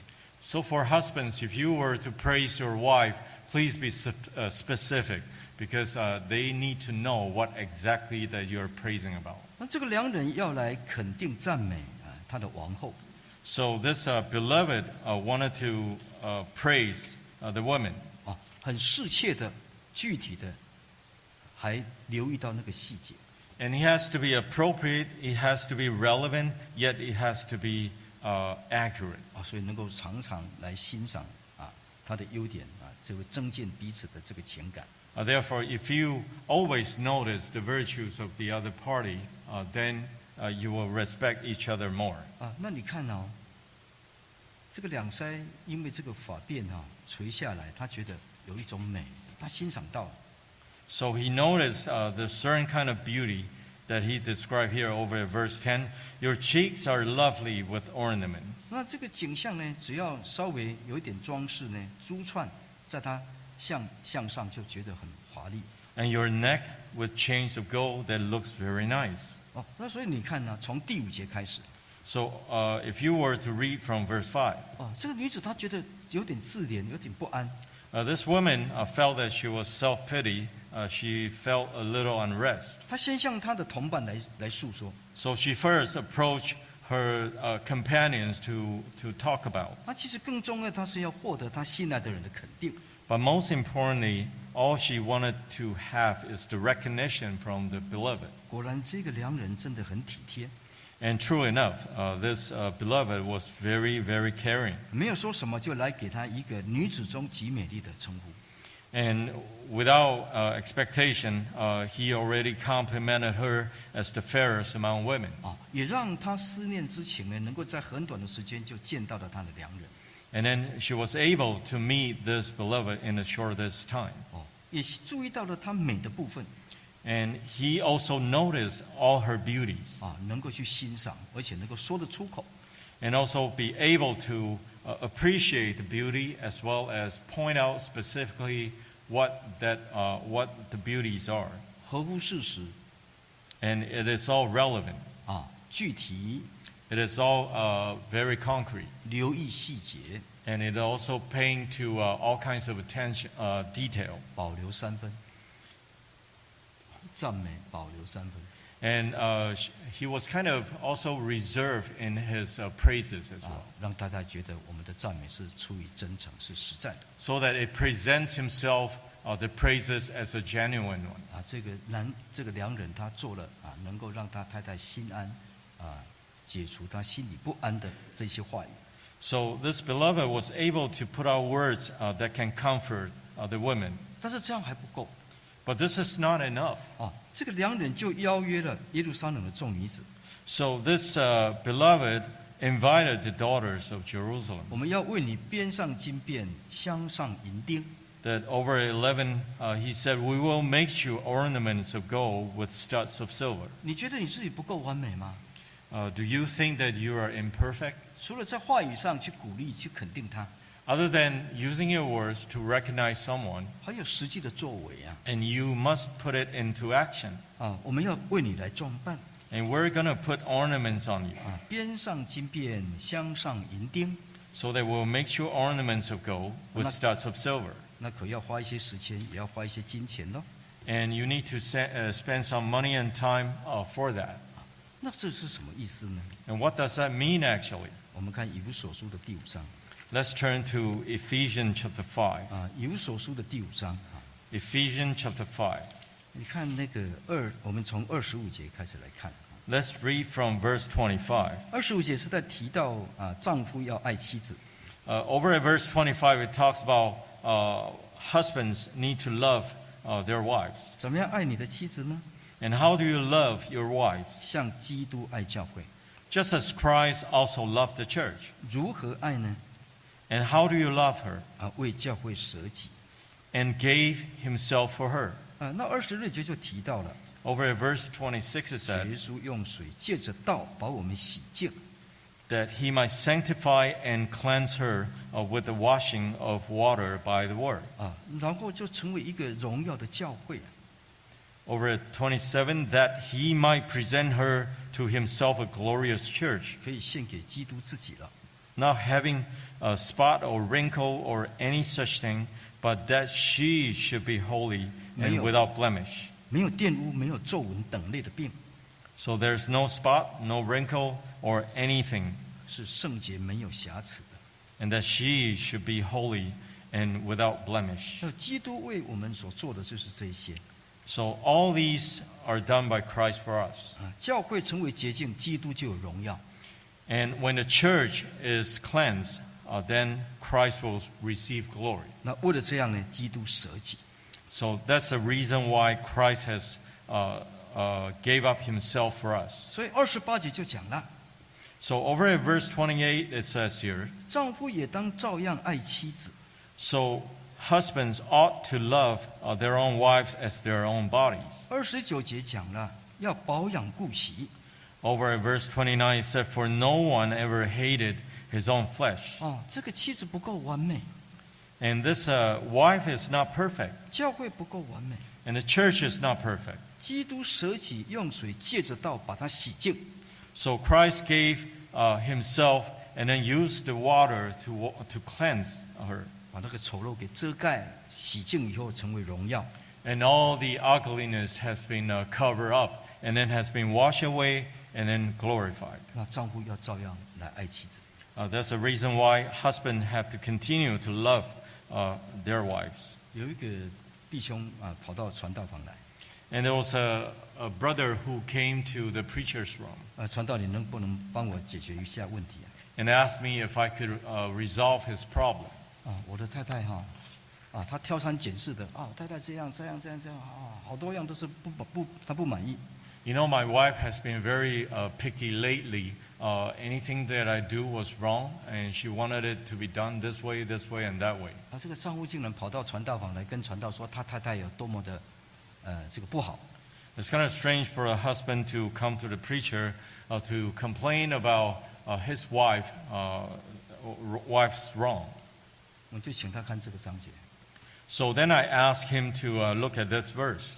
Speaker 2: So, for husbands, if you were to praise your wife, please be sp- uh, specific because uh, they need to know what exactly that you're praising about.
Speaker 1: 那这个良人要来肯定赞美啊他的王后，
Speaker 2: So, this uh, beloved uh, wanted to uh, praise uh, the woman.
Speaker 1: 啊，很适切的、具体的，还留意到那个细节。
Speaker 2: And he has to be appropriate, he has to be relevant, yet he has to be uh, accurate.
Speaker 1: 啊，所以能够常常来欣赏啊他的优点啊，就会增进彼此的这个情感。
Speaker 2: Uh, Therefore, if you always notice the virtues of the other party, uh, then uh, you will respect each other more.
Speaker 1: 啊，那你看哦，这个两腮因为这个发辫哈、垂下来，他觉得有一种美，他欣赏到了
Speaker 2: So he noticed uh, the certain kind of beauty that he described here over at verse 10. Your cheeks are lovely with ornament.
Speaker 1: 那这个景象呢，只要稍微有一点装饰呢，珠串在他向向上就觉得很华丽
Speaker 2: And your neck with chains of gold that looks very nice.
Speaker 1: 哦。那所以你看呢、从第五节开始
Speaker 2: So uh, if you were to read from verse 5,
Speaker 1: 哦，这个女子她觉得有点自怜，有点不安
Speaker 2: uh, this woman uh, felt that she was self pity. Uh, she felt a little unrest.
Speaker 1: 她先向她的同伴来来诉说，
Speaker 2: So she first approached her uh, companions to, to talk about.
Speaker 1: 她啊其实更重要，她是要获得她信赖的人的肯定。
Speaker 2: But most importantly, all she wanted to have is the recognition from the beloved.
Speaker 1: 果然，这个良人真的很体贴。
Speaker 2: And true enough, uh, this uh, beloved was very, very caring.
Speaker 1: 没有说什么，就来给她一个女子中极美丽的称呼。
Speaker 2: And without uh, expectation, uh, he already complimented her as the fairest among women.
Speaker 1: 啊，也让她思念之情呢，能够在很短的时间就见到了她的良人。
Speaker 2: And then she was able to meet this beloved in the shortest time.
Speaker 1: 哦，也注意到了她美的部分
Speaker 2: And he also noticed all her beauties
Speaker 1: 啊，能够去欣赏，而且能够说得出口。
Speaker 2: and also be able to uh, appreciate the beauty as well as point out specifically what, that, uh, what the beauties are.
Speaker 1: 合乎事实，
Speaker 2: And it is all relevant.
Speaker 1: 啊，具体
Speaker 2: It is all uh, very concrete.
Speaker 1: 留意细节，
Speaker 2: And it also paying to uh, all kinds of attention, uh, detail.
Speaker 1: 保留三分，赞美保留三分。
Speaker 2: And uh, sh- he was kind of also reserved in his uh, praises as
Speaker 1: 啊
Speaker 2: well,，
Speaker 1: 让大家觉得我们的赞美是出于真诚，是实在的
Speaker 2: so that it presents himself uh, the praises as a genuine one.
Speaker 1: 啊。这个男，这个良人他做了啊，能够让他太太心安啊，解除他心里不安的这些话语。
Speaker 2: So this beloved was able to put out words uh, that can comfort uh, the women.
Speaker 1: 但是这样还不够
Speaker 2: But this is not enough.
Speaker 1: 啊，这个良人就邀约了耶路撒冷的众女子，
Speaker 2: So this uh, beloved invited the daughters of Jerusalem,
Speaker 1: 我们要为你编上金辫，镶上银钉。
Speaker 2: that over 11, uh, he said, We will make you ornaments of gold with studs of silver.
Speaker 1: 你觉得你自己不够完美吗？
Speaker 2: Uh, do you think that you are imperfect?
Speaker 1: 除了在话语上去鼓励、去肯定他，
Speaker 2: Other than using your words to recognize someone,
Speaker 1: 还有实际的作为啊
Speaker 2: and you must put it into action.
Speaker 1: 啊！我们要为你来装扮
Speaker 2: And we're going to put ornaments on you.
Speaker 1: 啊，编上金辫，镶上银钉，
Speaker 2: So they will make you ornaments of gold with
Speaker 1: Not-
Speaker 2: studs of silver.
Speaker 1: 那可要花一些时间，也要花一些金钱喽。
Speaker 2: And you need to se- uh, spend some money and time uh, for that.
Speaker 1: 那这是什么意思呢？
Speaker 2: And what does that mean actually?
Speaker 1: 我们看以弗所书的第五章
Speaker 2: Let's turn to Ephesians chapter 5.
Speaker 1: 啊，以弗所书的第五章啊，
Speaker 2: Ephesians chapter 5.
Speaker 1: 你看那个二，我们从二十五节开始来看。
Speaker 2: Let's read from verse 25.
Speaker 1: 二十五节是在提到啊，丈夫要爱妻子，
Speaker 2: Uh, over at verse 25, it talks about uh, husbands need to love uh, their wives.
Speaker 1: 怎么样爱你的妻子呢？
Speaker 2: And how do you love your wives?
Speaker 1: 像基督爱教会，
Speaker 2: Just as Christ also loved the church.
Speaker 1: 如何爱呢？
Speaker 2: And how do you love her?
Speaker 1: 啊，为教会舍己。
Speaker 2: And gave himself for her.
Speaker 1: 啊，那二十六节就提到了，
Speaker 2: Over at verse 26, it
Speaker 1: 主
Speaker 2: said,
Speaker 1: 耶稣用水借着道把我们洗净，
Speaker 2: that he might sanctify and cleanse her uh, with the washing of water by the word.
Speaker 1: 啊，然后就成为一个荣耀的教会。
Speaker 2: Over at 27, that he might present her to himself a glorious church,
Speaker 1: 可以献给基督自己了。
Speaker 2: not having a spot or wrinkle or any such thing, but that she should be holy and
Speaker 1: Leo.
Speaker 2: without blemish.
Speaker 1: 没有玷污，没有皱纹等类的病，
Speaker 2: So there's no spot, no wrinkle, or anything,
Speaker 1: 是圣洁没有瑕疵的。
Speaker 2: and that she should be holy and without blemish.
Speaker 1: 那基督为我们所做的就是这些
Speaker 2: So all these are done by Christ for us.
Speaker 1: 啊。教会成为洁净，基督就有荣耀。
Speaker 2: And when the church is cleansed, uh, then Christ will receive glory.
Speaker 1: 那为了这样呢，基督舍己
Speaker 2: So that's the reason why Christ has uh, uh, gave up himself for us.
Speaker 1: 所以二十八节就讲了，
Speaker 2: So over at verse 28, it says here,
Speaker 1: 丈夫也当照样爱妻子。
Speaker 2: so husbands ought to love uh, their own wives as their own bodies.
Speaker 1: 二十九节讲了，要保养顾惜
Speaker 2: Over at verse 29, it said, for no one ever hated his own flesh.
Speaker 1: 啊、这个妻子不够完美，
Speaker 2: And this uh, wife is not perfect,
Speaker 1: 教会不够完美，
Speaker 2: and the church is not perfect.
Speaker 1: 基督舍己，用水借着道把它洗净，
Speaker 2: So Christ gave uh, himself and then used the water to, wa- to cleanse her.
Speaker 1: 把那个丑陋给遮盖，洗净以后成为荣耀。
Speaker 2: And all the ugliness has been uh, covered up and then has been washed away and then glorified.
Speaker 1: 那丈夫要照样来爱妻子。
Speaker 2: Uh, that's the reason why husbands have to continue to love uh, their wives.
Speaker 1: 有一个弟兄啊，跑到传道房来，
Speaker 2: And there was a, a brother who came to the preacher's room
Speaker 1: 呃，传道你能不能帮我解决一下问题
Speaker 2: and asked me if I could uh, resolve his problem.
Speaker 1: 啊？啊，我的太太哈、啊，她挑三拣四的啊，太太这样这样这样这样啊，好多样都是不不，她不满意。
Speaker 2: You know, my wife has been very uh, picky lately. Uh, anything that I do was wrong, and she wanted it to be done this way, this way, and that way.
Speaker 1: 啊，这个丈夫竟然跑到传道房来跟传道说他太太有多么的，呃，这个不好。
Speaker 2: It's kind of strange for a husband to come to the preacher uh, to complain about uh, his wife, uh, r- wife's wrong.
Speaker 1: 我就请他看这个章节，
Speaker 2: So then I asked him to uh, look at this verse.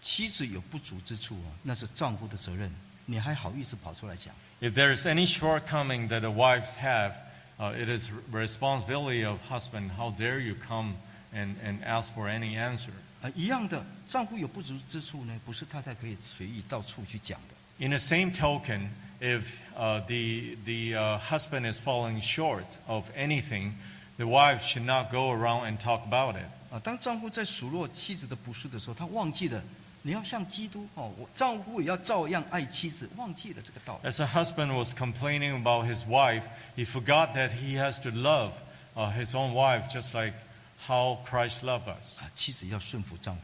Speaker 1: 妻子有不足之处啊，那是丈夫的责任，你还好意思跑出来讲？
Speaker 2: If there is any shortcoming that the wives have, uh, it is responsibility of husband. How dare you come and, and ask for any answer?
Speaker 1: 啊，一样的，丈夫有不足之处呢，不是太太可以随意到处去讲的。
Speaker 2: In the same token, if uh, the, the uh, husband is falling short of anything, the wife should not go around and talk about it.
Speaker 1: 啊，当丈夫在数落妻子的不是的时候，他忘记了你要像基督哦，我丈夫也要照样爱妻子，忘记了这个道理。
Speaker 2: As a husband was complaining about his wife, he forgot that he has to love uh, his own wife just like how Christ loved us.
Speaker 1: 啊，妻子要顺服丈夫，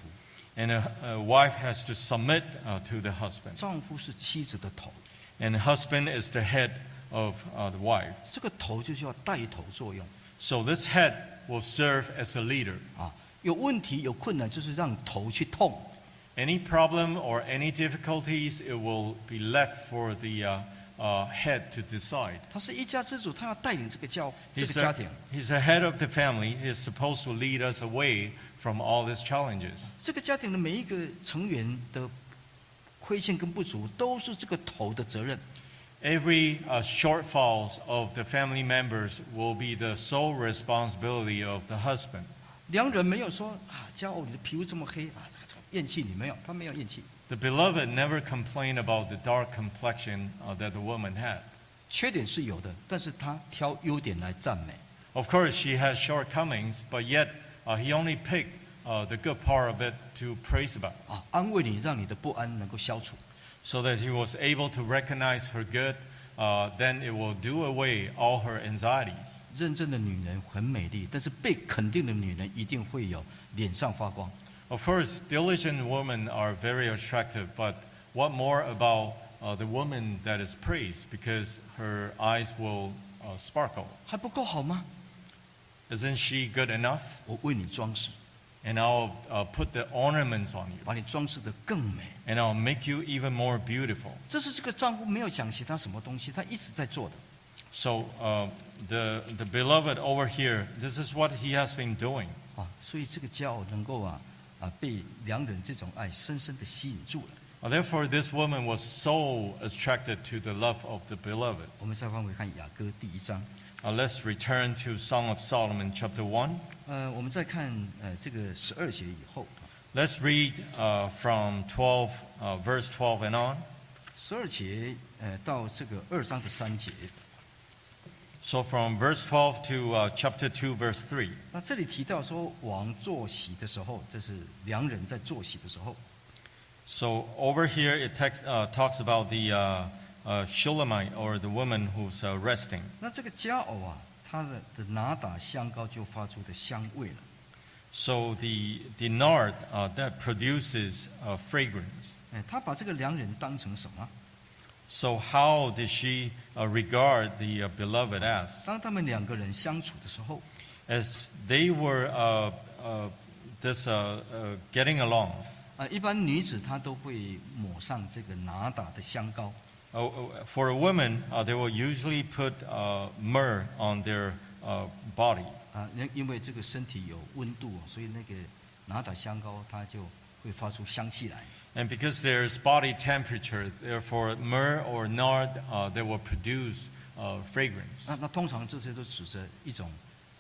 Speaker 2: And a, a wife has to submit uh, to the husband.
Speaker 1: 丈夫是妻子的头，
Speaker 2: And the husband is the head of uh, the wife.
Speaker 1: 这个头就是要带头作用
Speaker 2: So this head will serve as a leader.
Speaker 1: 啊。有问题有困难，就是让头去痛
Speaker 2: Any problem or any difficulties, it will be left for the uh, uh, head to decide.
Speaker 1: 他是一家之主，他要带领这个教这
Speaker 2: He's
Speaker 1: 个
Speaker 2: the-
Speaker 1: 家庭，
Speaker 2: he's the head of the family. He's supposed to lead us away from all these challenges.
Speaker 1: 这个家庭的每一个成员的亏欠跟不足，都是这个头的责任。
Speaker 2: Every uh, shortfalls of the family members will be the sole responsibility of the husband.
Speaker 1: 良人没有说啊，佳偶你的皮肤这么黑啊，这个厌弃你没有，他没有厌弃。
Speaker 2: The beloved never complained about the dark complexion uh, that the woman had.
Speaker 1: 缺点是有的，但是他挑优点来赞美。
Speaker 2: Of course, she has shortcomings, but yet uh, he only picked uh, the good part of it to praise about,
Speaker 1: 啊，安慰你，让你的不安能够消除。
Speaker 2: so that he was able to recognize her good. Uh, then it will do away all her anxieties.
Speaker 1: 认真的女人很美丽，但是被肯定的女人一定会有脸上发光。
Speaker 2: Of course, diligent women are very attractive, but what more about uh, the woman that is praised because her eyes will uh, sparkle?
Speaker 1: 还不够好吗？
Speaker 2: Isn't she good enough?
Speaker 1: 我为你装饰，
Speaker 2: And I'll uh, put the ornaments on you,
Speaker 1: 把你装饰得更美。
Speaker 2: and I'll make you even more beautiful.
Speaker 1: 这是这个丈夫没有讲其他什么东西，他一直在做的。
Speaker 2: So uh, the the beloved over here, this is what he has been doing.
Speaker 1: 啊，所以这个骄傲能够啊啊被良人这种爱深深的吸引住了。
Speaker 2: Uh, Therefore, this woman was so attracted to the love of the beloved.
Speaker 1: 我们再翻回看雅歌第一章，
Speaker 2: Uh, let's return to Song of Solomon, chapter one.
Speaker 1: 呃，我们再看呃这个十二节以后，
Speaker 2: Let's read uh, from 12, uh, verse 12 and on.
Speaker 1: 十二节呃到这个二章的三节，
Speaker 2: So from verse 12 to uh, chapter 2, verse 3.
Speaker 1: 那这里提到说王坐席的时候，这是良人在坐席的时候，
Speaker 2: So over here, it text, uh, talks about the uh, uh, Shulamite or the woman who's uh, resting.
Speaker 1: 那这个佳偶啊，他的的拿打香膏就发出的香味了。
Speaker 2: So the, the nard uh, that produces uh, fragrance.
Speaker 1: 哎，他把这个良人当成什么？
Speaker 2: So how did she uh, regard the uh, beloved as?
Speaker 1: 当他们两个人相处的时候，
Speaker 2: As they were uh, uh, this, uh, uh, getting along,
Speaker 1: 啊，一般女子她都会抹上这个拿打的香膏，
Speaker 2: uh, for a woman, uh, they will usually put uh, myrrh on their uh, body
Speaker 1: 啊，因因为这个身体有温度哦，所以那个拿打香膏它就会发出香气来。
Speaker 2: And because there's body temperature, therefore myrrh or nard, uh, they will produce uh, fragrance.
Speaker 1: 那那通常这些都指着一种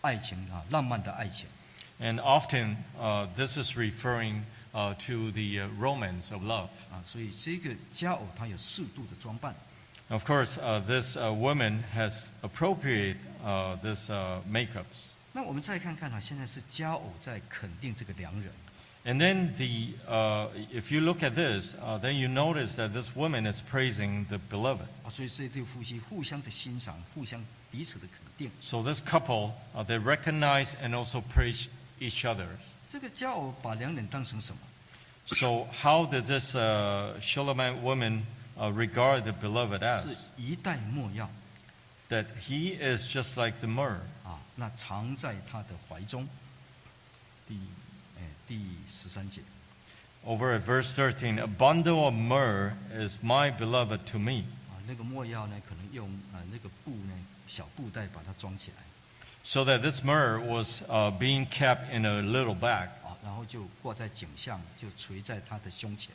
Speaker 1: 爱情啊，浪漫的爱情。
Speaker 2: And often, uh, this is referring uh, to the uh, romance of love.
Speaker 1: 啊，所以这个佳偶她有适度的装扮，
Speaker 2: Of course, uh, this uh, woman has appropriate uh, this uh, makeups.
Speaker 1: 那我们再看看啊，现在是佳偶在肯定这个良人，
Speaker 2: And then the, uh, if you look at this, uh, then you notice that this woman is praising the beloved.
Speaker 1: 啊，所以这对夫妻互相的欣赏，互相彼此的肯定。
Speaker 2: So this couple, uh, they recognize and also praise each other.
Speaker 1: 这个佳偶把良人当成什么？
Speaker 2: So how did this uh, Shulamite woman uh, regard the beloved as?
Speaker 1: 是一代莫药
Speaker 2: That he is just like the myrrh.
Speaker 1: 啊，那藏在他的怀中。
Speaker 2: The,
Speaker 1: 哎，第十三节，
Speaker 2: over at verse 13, a bundle of myrrh is my beloved to me.
Speaker 1: 啊，那个墨药呢，可能用啊那个布呢，小布袋把它装起来，
Speaker 2: So that this myrrh was uh, being kept in a little bag.
Speaker 1: 啊，然后就挂在颈项，就垂在他的胸前。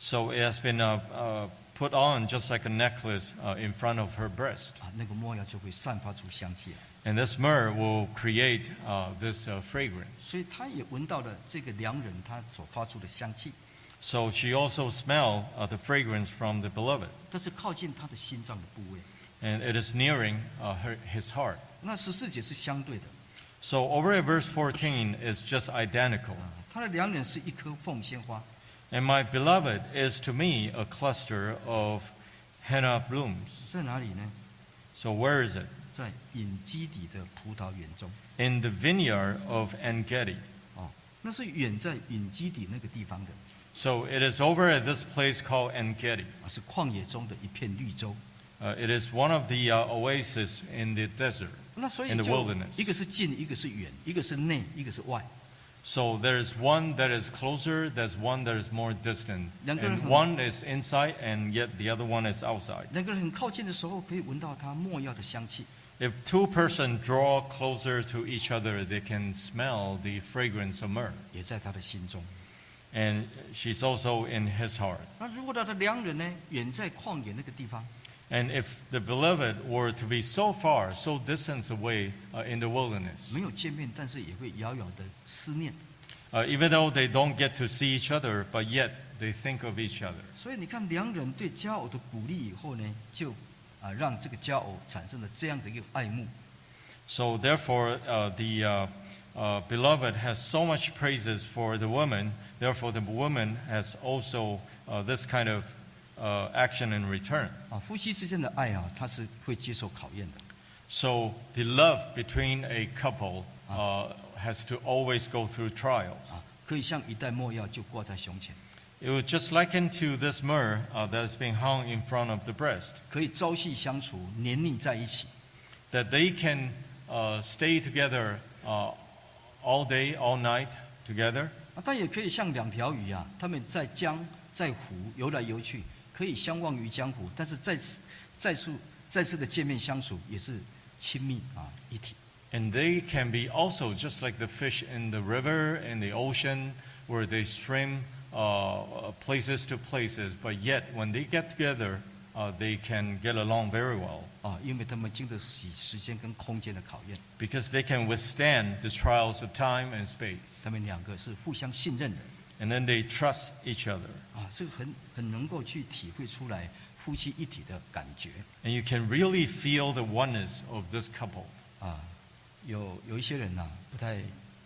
Speaker 2: So it has been uh, uh, put on just like a necklace uh, in front of her breast.
Speaker 1: 啊，那个墨药就会散发出香气来，
Speaker 2: And this myrrh will create uh, this uh, fragrance.
Speaker 1: 所以他也闻到了这个良人他所发出的香气，
Speaker 2: So she also smelled uh, the fragrance from the beloved,
Speaker 1: 但是靠近他的心脏的部位。
Speaker 2: and it is nearing uh, her, his heart.
Speaker 1: 那十四节是相对的
Speaker 2: So over at verse 14 is just identical.
Speaker 1: 啊，他的良人是一颗凤仙花，
Speaker 2: And my beloved is to me a cluster of henna blooms.
Speaker 1: 在哪里呢？
Speaker 2: So where is it?
Speaker 1: 在隐基底的葡萄园中
Speaker 2: In the vineyard of Engedi.
Speaker 1: 哦，那是远在隐基底那个地方的
Speaker 2: So it is over at this place called Engedi.
Speaker 1: 啊，是旷野中的一片绿洲。
Speaker 2: Uh, it is one of the uh, oases in the desert.
Speaker 1: 那所以
Speaker 2: In the
Speaker 1: 就
Speaker 2: wilderness.
Speaker 1: 一个是近，一个是远，一个是内，一个是外。
Speaker 2: So there is one that is closer, there's one that is more distant.
Speaker 1: Yang
Speaker 2: And
Speaker 1: kedua-
Speaker 2: one is inside, and yet the other one is outside.
Speaker 1: 两个人很靠近的时候，可以闻到他墨药的香气。
Speaker 2: If two persons draw closer to each other, they can smell the fragrance of myrrh.
Speaker 1: 也在他的心中。
Speaker 2: And she's also in his heart.
Speaker 1: 那如果他的良人呢，远在旷野那个地方，
Speaker 2: And if the beloved were to be so far, so distant away uh, in the wilderness,
Speaker 1: 没有见面，但是也会遥遥的思念。
Speaker 2: uh, even though they don't get to see each other, but yet they think of each other.
Speaker 1: 所以你看，良人对佳偶的鼓励以后呢，就啊让这个佳偶产生了这样的一个爱慕。
Speaker 2: So therefore, uh, the uh, uh, beloved has so much praises for the woman. Therefore, the woman has also uh, this kind of uh, action in return.
Speaker 1: 啊，夫妻之间的爱啊，它是会接受考验的。
Speaker 2: So the love between a couple uh, has to always go through trials.
Speaker 1: 啊，可以像一袋墨药就挂在胸前，
Speaker 2: It was just likened to this myrrh uh, that is being hung in front of the breast,
Speaker 1: 可以朝夕相处，黏腻在一起。
Speaker 2: that they can uh, stay together uh, all day, all night together.
Speaker 1: 啊，但也可以像两条鱼啊，它们在江在湖游来游去，可以相忘于江湖，但是再次再次再次的见面相处也是亲密啊一体。
Speaker 2: And they can be also just like the fish in the river and the ocean, where they swim uh, places to places. But yet, when they get together, uh, they can get along very well
Speaker 1: 啊，因为他们经得起时间跟空间的考验，
Speaker 2: because they can withstand the trials of time and space.
Speaker 1: 他们两个是互相信任的
Speaker 2: And then they trust each other.
Speaker 1: 啊，这个很很能够去体会出来夫妻一体的感觉
Speaker 2: And you can really feel the oneness of this couple.
Speaker 1: 啊。有有一些人呐、不太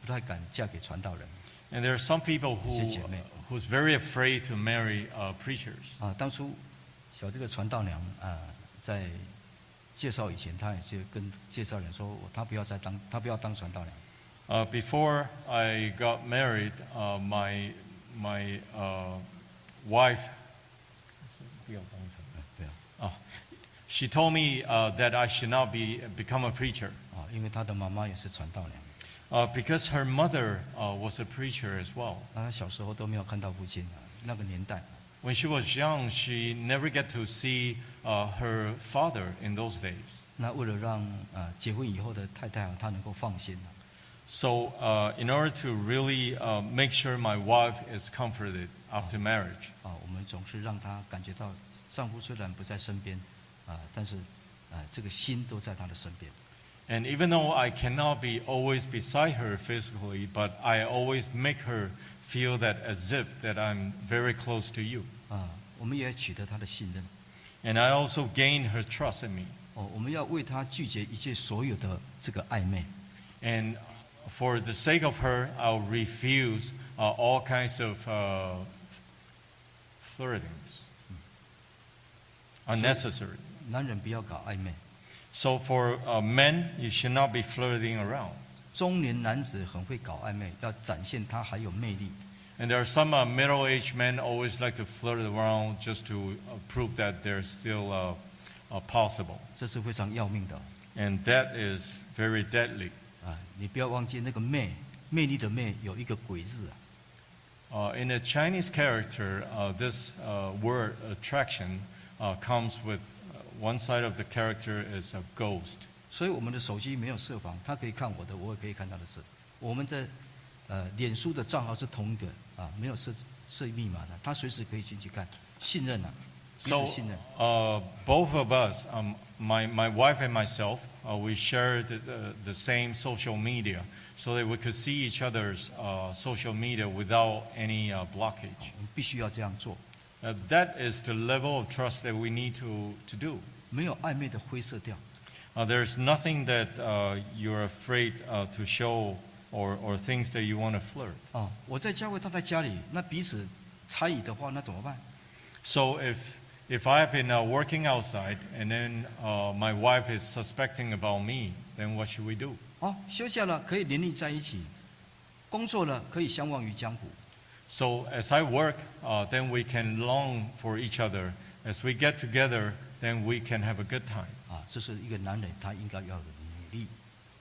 Speaker 1: 不太敢嫁给传道人
Speaker 2: And there are some people who, uh,
Speaker 1: Yes, yes, ma'am.
Speaker 2: who's very afraid to marry uh, preachers.
Speaker 1: 啊。当初小这个传道娘啊，在介绍以前，她也是跟介绍人说，我她不要再当，她不要当传道娘。
Speaker 2: Uh, before I got married, uh, my my uh, wife,
Speaker 1: 哎不要
Speaker 2: oh, she told me uh, that I should not be become a preacher
Speaker 1: 啊，因为她的妈妈也是传道娘，
Speaker 2: uh, because her mother uh, was a preacher as well.
Speaker 1: 那她啊小时候都没有看到父亲啊，那个年代。
Speaker 2: When she was young, she never get to see uh, her father in those days.
Speaker 1: 那为了让呃结婚以后的太太啊，她能够放心啊，
Speaker 2: So, uh, in order to really uh, make sure my wife is comforted after marriage,
Speaker 1: 啊，我们总是让她感觉到丈夫虽然不在身边，啊，但是呃这个心都在她的身边。
Speaker 2: And even though I cannot be always beside her physically, but I always make her feel that as if that I'm very close to you.
Speaker 1: 啊，我们也取得她的信任。
Speaker 2: And I also gain her trust in me.
Speaker 1: 哦，我们要为她拒绝一切所有的这个暧昧。
Speaker 2: And for the sake of her, I'll refuse uh, all kinds of uh, flirtings. Unnecessary.
Speaker 1: 男人不要搞暧昧，
Speaker 2: So for uh, men, you should not be flirting around.
Speaker 1: 中年男子很会搞暧昧，要展现他还有魅力。
Speaker 2: And there are some uh, middle-aged men always like to flirt around just to uh, prove that they're still uh, uh, possible,
Speaker 1: 这是非常要命的
Speaker 2: and that is very deadly.
Speaker 1: 啊！你不要忘记那个魅，魅力的魅有一个鬼字啊。
Speaker 2: Uh, in a Chinese character, uh, this uh, word attraction uh, comes with uh, one side of the character is a ghost.
Speaker 1: 所以我们的手机没有设防，他可以看我的，我也可以看他的事。我们的呃，脸书的账号是同一个啊，没有设设密码的，他随时可以进去看，信任啊，彼此
Speaker 2: So,
Speaker 1: 信任。
Speaker 2: uh, both of us, um, my, my wife and myself, uh, we shared the, the, the same social media so that we could see each other's uh, social media without any uh, blockage.
Speaker 1: 我们必须要这样做，
Speaker 2: Uh, that is the level of trust that we need to, to do.
Speaker 1: 没有暧昧的灰色调。
Speaker 2: Uh, there's nothing that uh, you're afraid uh, to show or, or things that you want to flirt.
Speaker 1: 哦，我在教会，他在家里，那彼此猜疑的话，那怎么办？
Speaker 2: So if, if I've been uh, working outside and then uh, my wife is suspecting about me, then what should we do?
Speaker 1: 哦，休假了可以联立在一起，工作了可以相忘于江湖。
Speaker 2: So as I work, uh, then we can long for each other. As we get together, then we can have a good time.
Speaker 1: 啊，这是一个男人他应该要有的努力。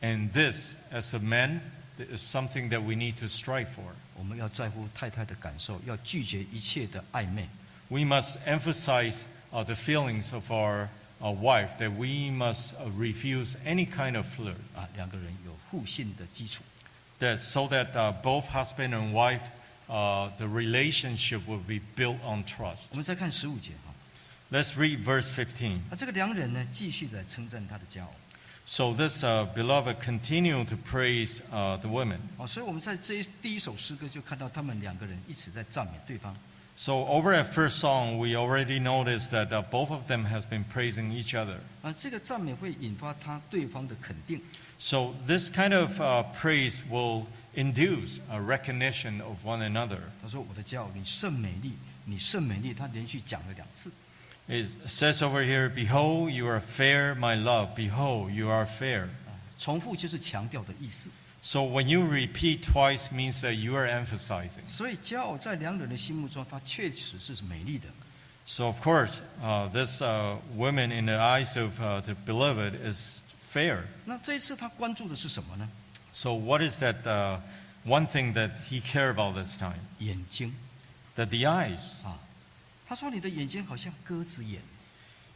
Speaker 2: And this, as a man, th- is something that we need to strive for.
Speaker 1: 我们要在乎太太的感受，要拒绝一切的暧昧。
Speaker 2: We must emphasize uh, the feelings of our uh, wife that we must uh, refuse any kind of flirt.
Speaker 1: 啊，两个人有互信的基础。
Speaker 2: That so that uh, both husband and wife, uh, the relationship will be built on trust.
Speaker 1: 我们再看十五节哈，
Speaker 2: Let's read verse 15.
Speaker 1: 那这个良人呢，继续的称赞他的骄傲。
Speaker 2: So this uh, beloved continued to praise uh, the women.
Speaker 1: 哦，所以我们在这一第一首诗歌就看到他们两个人一直在赞美对方。
Speaker 2: So over at first song, we already noticed that uh, both of them has been praising each other.
Speaker 1: 啊，这个赞美会引发他对方的肯定。
Speaker 2: So this kind of uh, praise will induce a recognition of one another.
Speaker 1: 他说：“我的骄傲，你甚美丽，你甚美丽。”他连续讲了两次。
Speaker 2: It says over here, "Behold, you are fair, my love. Behold, you are fair."
Speaker 1: 啊，重复就是强调的意思。
Speaker 2: So when you repeat twice, means that you are emphasizing.
Speaker 1: 所以骄傲在良人的心目中，他确实是美丽的。
Speaker 2: So of course, uh, this uh, woman in the eyes of uh, the beloved is fair.
Speaker 1: 那这一次他关注的是什么呢？
Speaker 2: So what is that uh, one thing that he cared about this time?
Speaker 1: 眼睛
Speaker 2: That the eyes.
Speaker 1: 啊。他说：“你的眼睛好像鸽子眼，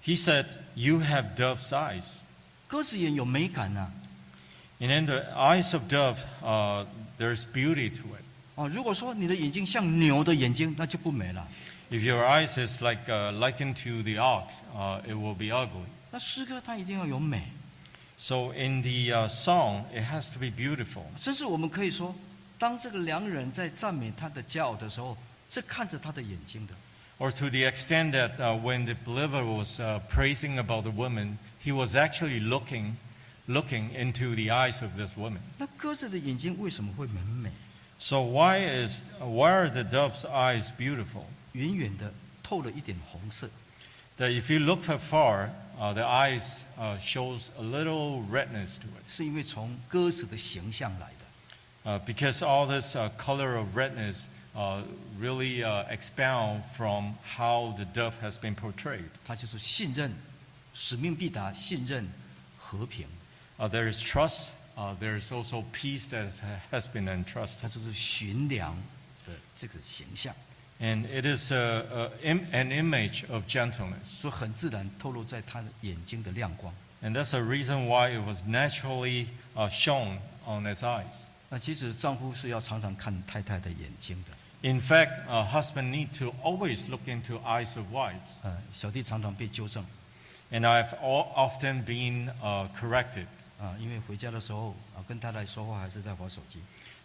Speaker 2: He said, You have dove's eyes.
Speaker 1: 鸽子眼有美感啊呐、
Speaker 2: And in the eyes of dove, uh, there's beauty to it.
Speaker 1: 哦，如果说你的眼睛像牛的眼睛，那就不美了。
Speaker 2: If your eyes is like uh, likened to the ox, uh, it will be ugly.
Speaker 1: 那诗歌它一定要有美，
Speaker 2: So in the uh, song, it has to be beautiful.
Speaker 1: 甚至我们可以说，当这个良人在赞美他的骄傲的时候，是看着他的眼睛的。
Speaker 2: Or to the extent that uh, when the believer was uh, praising about the woman, he was actually looking, looking into the eyes of this woman.
Speaker 1: 那鸽子的眼睛为什么会很美？
Speaker 2: So why is why are the dove's eyes beautiful?
Speaker 1: 远远的透了一点红色，
Speaker 2: That if you look afar, uh, the eyes uh, shows a little redness to it.
Speaker 1: 是因为从鸽子的形象来的。
Speaker 2: Uh, because all this uh, color of redness uh, really uh, expound from how the dove has been portrayed.
Speaker 1: 它就是信任、使命必达、信任、和平，
Speaker 2: Uh, there is trust. Uh, there is also peace that ha- has been
Speaker 1: 它
Speaker 2: entrusted,
Speaker 1: 就是驯良的这个形象，
Speaker 2: and it is uh, uh, Im- an image of gentleness,
Speaker 1: 所以很自然透露在他的眼睛的亮光。
Speaker 2: and that's a reason why it was naturally uh, shown on its eyes.
Speaker 1: 那其实丈夫是要常常看太太的眼睛的。
Speaker 2: In fact, a husband need to always look into eyes of wives,
Speaker 1: 呃，小弟常常被纠正
Speaker 2: and I've all, often been uh, corrected
Speaker 1: 啊、因为回家的时候啊，跟太太说话还是在玩手机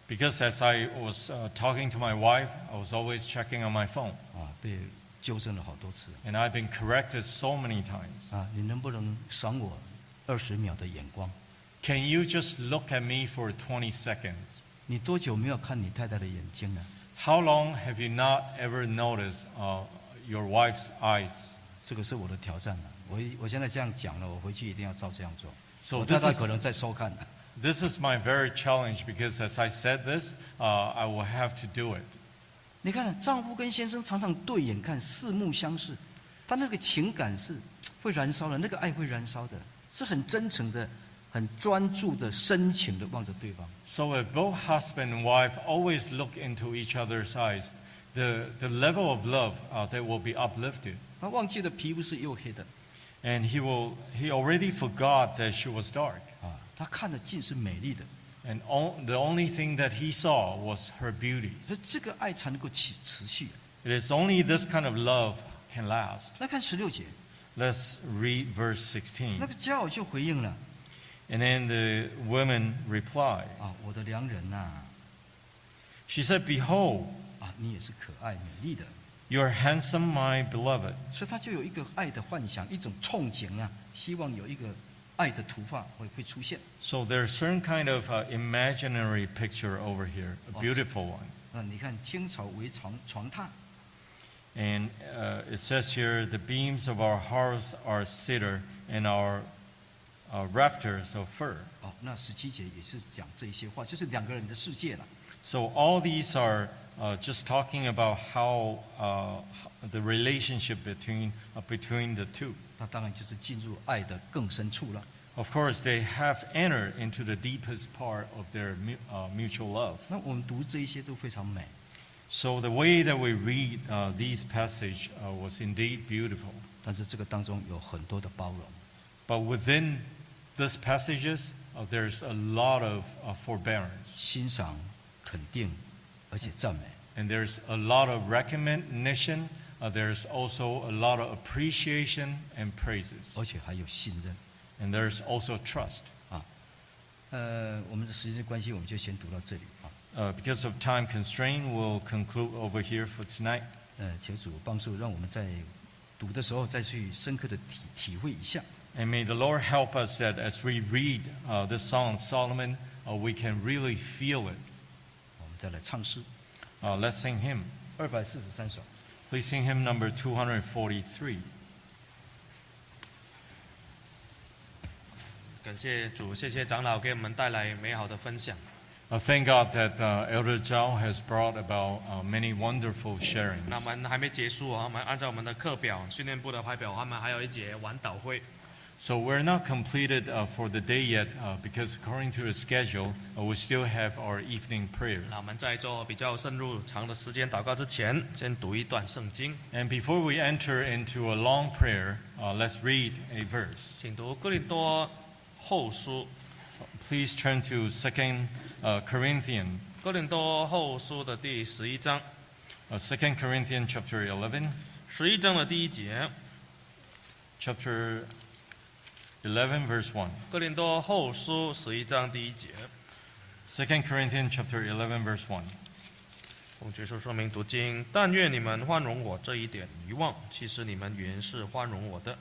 Speaker 2: because as I was uh, talking to my wife, I was always checking on my phone,
Speaker 1: 啊，被纠正了好多次
Speaker 2: and I've been corrected so many times.
Speaker 1: 啊。你能不能赏我二十秒的眼光？
Speaker 2: Can you just look at me for 20 seconds?
Speaker 1: 你多久没有看你太太的眼睛了？
Speaker 2: How long have you not ever noticed uh, your wife's eyes?
Speaker 1: 这个是我的挑战了。我一我现在这样讲了，我回去一定要照这样做。
Speaker 2: So
Speaker 1: 我
Speaker 2: this
Speaker 1: 太
Speaker 2: is-
Speaker 1: 太可能在收看，
Speaker 2: This is my very challenge because as I said this, uh, I will have to do it.
Speaker 1: 你看，丈夫跟先生常常对眼看，四目相视，他那个情感是会燃烧的，那个爱会燃烧的，是很真诚的、很专注的、深情的望着对方。
Speaker 2: So if both husband and wife always look into each other's eyes, the, the level of love uh, that will be uplifted.
Speaker 1: 他忘记了皮肤是黝黑的
Speaker 2: And he, will, he already forgot that she was dark.
Speaker 1: 啊，他看的尽是美丽的，
Speaker 2: And o- the only thing that he saw was her beauty.
Speaker 1: 所以这个爱才能够持持续。啊
Speaker 2: It is only this kind of love can last.
Speaker 1: 来看十六节，
Speaker 2: Let's read verse
Speaker 1: 那
Speaker 2: 16.
Speaker 1: 个佳偶就回应了
Speaker 2: And then the woman replied,
Speaker 1: 啊，我的良人呐、
Speaker 2: She said, Behold,
Speaker 1: 啊，你也是可爱美丽的，
Speaker 2: you are handsome, my beloved.
Speaker 1: 所以他就有一个爱的幻想，一种憧憬啊，希望有一个爱的图画会会出现。
Speaker 2: So there's certain kind of uh, imaginary picture over here, a
Speaker 1: Wow.
Speaker 2: beautiful one.
Speaker 1: 啊，你看青草为床床榻，
Speaker 2: And uh, it says here, the beams of our house are cedar, and our uh, rafters of fir.
Speaker 1: 哦，那十七节也是讲这一些话，就是两个人的世界了。
Speaker 2: So all these are uh, just talking about how uh, h- the relationship between uh, between the two.
Speaker 1: 那当然就是进入爱的更深处了。
Speaker 2: Of course, they have entered into the deepest part of their mu- uh, mutual love.
Speaker 1: 那我们读这一些都非常美。
Speaker 2: So the way that we read uh, these passage uh, was indeed beautiful.
Speaker 1: 但是这个当中有很多的包容，
Speaker 2: But within these passages, uh, there's a lot of uh, forbearance,
Speaker 1: 欣赏、肯定，而且赞美。
Speaker 2: and there's a lot of recognition. Uh, there's also a lot of appreciation and praises,
Speaker 1: 而且还有信任
Speaker 2: and there's also trust.
Speaker 1: 啊。呃，我们的时间关系，我们就先读到这里啊。
Speaker 2: Uh, because of time constraint, we'll conclude over here for tonight.
Speaker 1: 呃，求主帮助，让我们在读的时候再去深刻的体体会一下。
Speaker 2: And may the Lord help us that as we read uh, this Song of Solomon, uh, we can really feel it.
Speaker 1: 我们再来唱诗
Speaker 2: Uh, let's sing hymn.
Speaker 1: 二百四十三首。
Speaker 2: Please sing hymn number 243.
Speaker 3: 感谢主，谢谢长老给我们带来美好的分享。
Speaker 2: Uh, thank God that uh, Elder Zhao has brought about uh, many wonderful sharings.
Speaker 3: 那我们还没结束啊，我们按照我们的课表，训练部的排表，他们还有一节晚祷会。
Speaker 2: So we're not completed uh, for the day yet uh, because according to the schedule, uh, we still have our evening prayer.
Speaker 3: 那我们在做比较深入长的时间祷告之前，先读一段圣经，
Speaker 2: And before we enter into a long prayer, uh, let's read a verse.
Speaker 3: 请读哥林多后书，
Speaker 2: Please turn to 2 uh, Corinthians,
Speaker 3: 哥林多后书的第十一章，
Speaker 2: uh, 2 Corinthians chapter 11,
Speaker 3: 十一章的第一节，
Speaker 2: chapter 11 verse 1.
Speaker 3: 哥林多后书十一章第一节，
Speaker 2: 2 Corinthians chapter 11 verse 1.
Speaker 3: 奉结束说明读经，但愿你们宽容我这一点遗忘，其实你们原是宽容我的。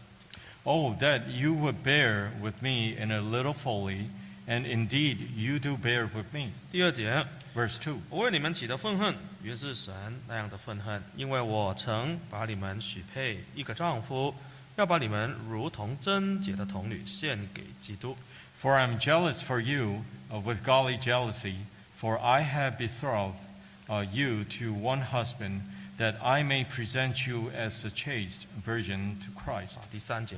Speaker 2: Oh, that you would bear with me in a little folly, and indeed you do bear with me.
Speaker 3: 第二节，
Speaker 2: Verse 2.
Speaker 3: 我为你们起的愤恨，原是神那样的愤恨，因为我曾把你们许配一个丈夫，要把你们如同贞洁的童女献给基督。
Speaker 2: For I am jealous for you uh, with godly jealousy, for I have betrothed uh, you to one husband, that I may present you as a chaste virgin to Christ.
Speaker 3: 第三节，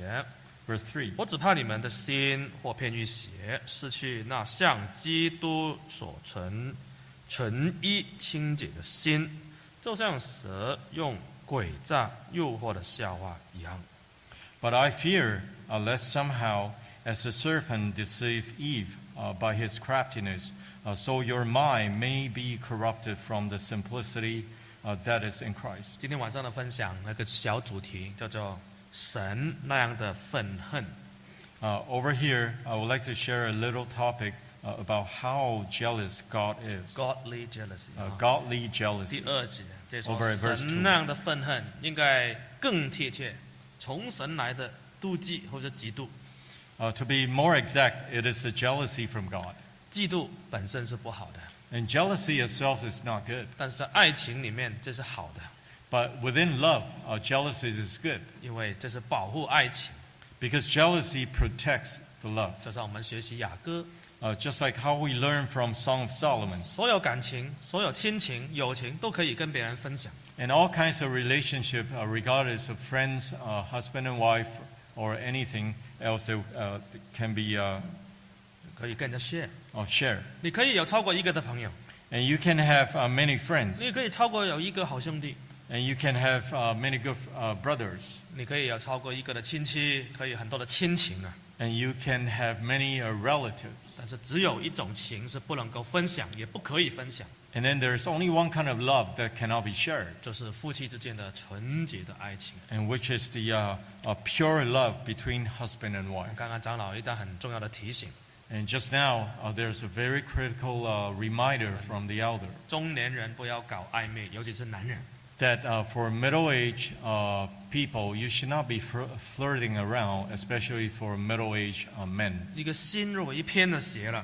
Speaker 2: Verse 3.
Speaker 3: 我只怕你们的心或偏于邪，失去那像基督所存纯一清洁的心，就像蛇用诡诈诱惑的笑话一样。
Speaker 2: But I fear, uh, lest somehow, as the serpent deceived Eve uh, by his craftiness, uh, so your mind may be corrupted from the simplicity uh, that is in Christ.
Speaker 3: 今天晚上的分享那个小主题叫做“神那样的愤恨”。
Speaker 2: Uh, over here, I would like to share a little topic uh, about how jealous God is.
Speaker 3: Godly jealousy
Speaker 2: Uh,
Speaker 3: 啊
Speaker 2: godly
Speaker 3: 第
Speaker 2: jealousy.
Speaker 3: 二节，这说
Speaker 2: Over at verse
Speaker 3: 神
Speaker 2: two
Speaker 3: 那样的愤恨应该更贴切，从神来的妒忌或者嫉妒，
Speaker 2: Uh, to be more exact, it is a jealousy from God.
Speaker 3: 嫉妒本身是不好的，
Speaker 2: And jealousy itself is not good.
Speaker 3: 但是在爱情里面这是好的，
Speaker 2: But within love, uh, jealousy is good
Speaker 3: 因为这是保护爱情。
Speaker 2: because jealousy protects the love.
Speaker 3: 就像我们学习雅歌，
Speaker 2: Uh, just like how we learn from Song of Solomon,
Speaker 3: 所有感情、所有亲情、友情都可以跟别人分享，
Speaker 2: and all kinds of relationship, uh, regardless of friends, uh, husband and wife, or anything else that uh, can be uh,
Speaker 3: 可以跟人家 share。
Speaker 2: uh, shared.
Speaker 3: 你可以有超过一个的朋友，
Speaker 2: And you can have uh, many friends,
Speaker 3: 你也可以超过有一个好兄弟，
Speaker 2: and you can have uh, many good uh, brothers,
Speaker 3: 你可以有超过一个的亲戚，可以很多的亲情啊。
Speaker 2: and you can have many uh, relatives.
Speaker 3: 但是只有一种情是不能够分享，也不可以分享，
Speaker 2: And then there's only one kind of love that cannot be shared,
Speaker 3: 就是夫妻之间的纯洁的爱情。
Speaker 2: and which is the uh, uh, pure love between husband and wife.
Speaker 3: 刚刚长老一段很重要的提醒：
Speaker 2: And just now, uh, there's a very critical uh, reminder from the elder
Speaker 3: 中年人不要搞暧昧，尤其是男人。
Speaker 2: that uh, for middle-aged uh, people, you should not be flir- flirting around, especially for middle-aged uh, men,
Speaker 3: 一个心如果一偏了邪了，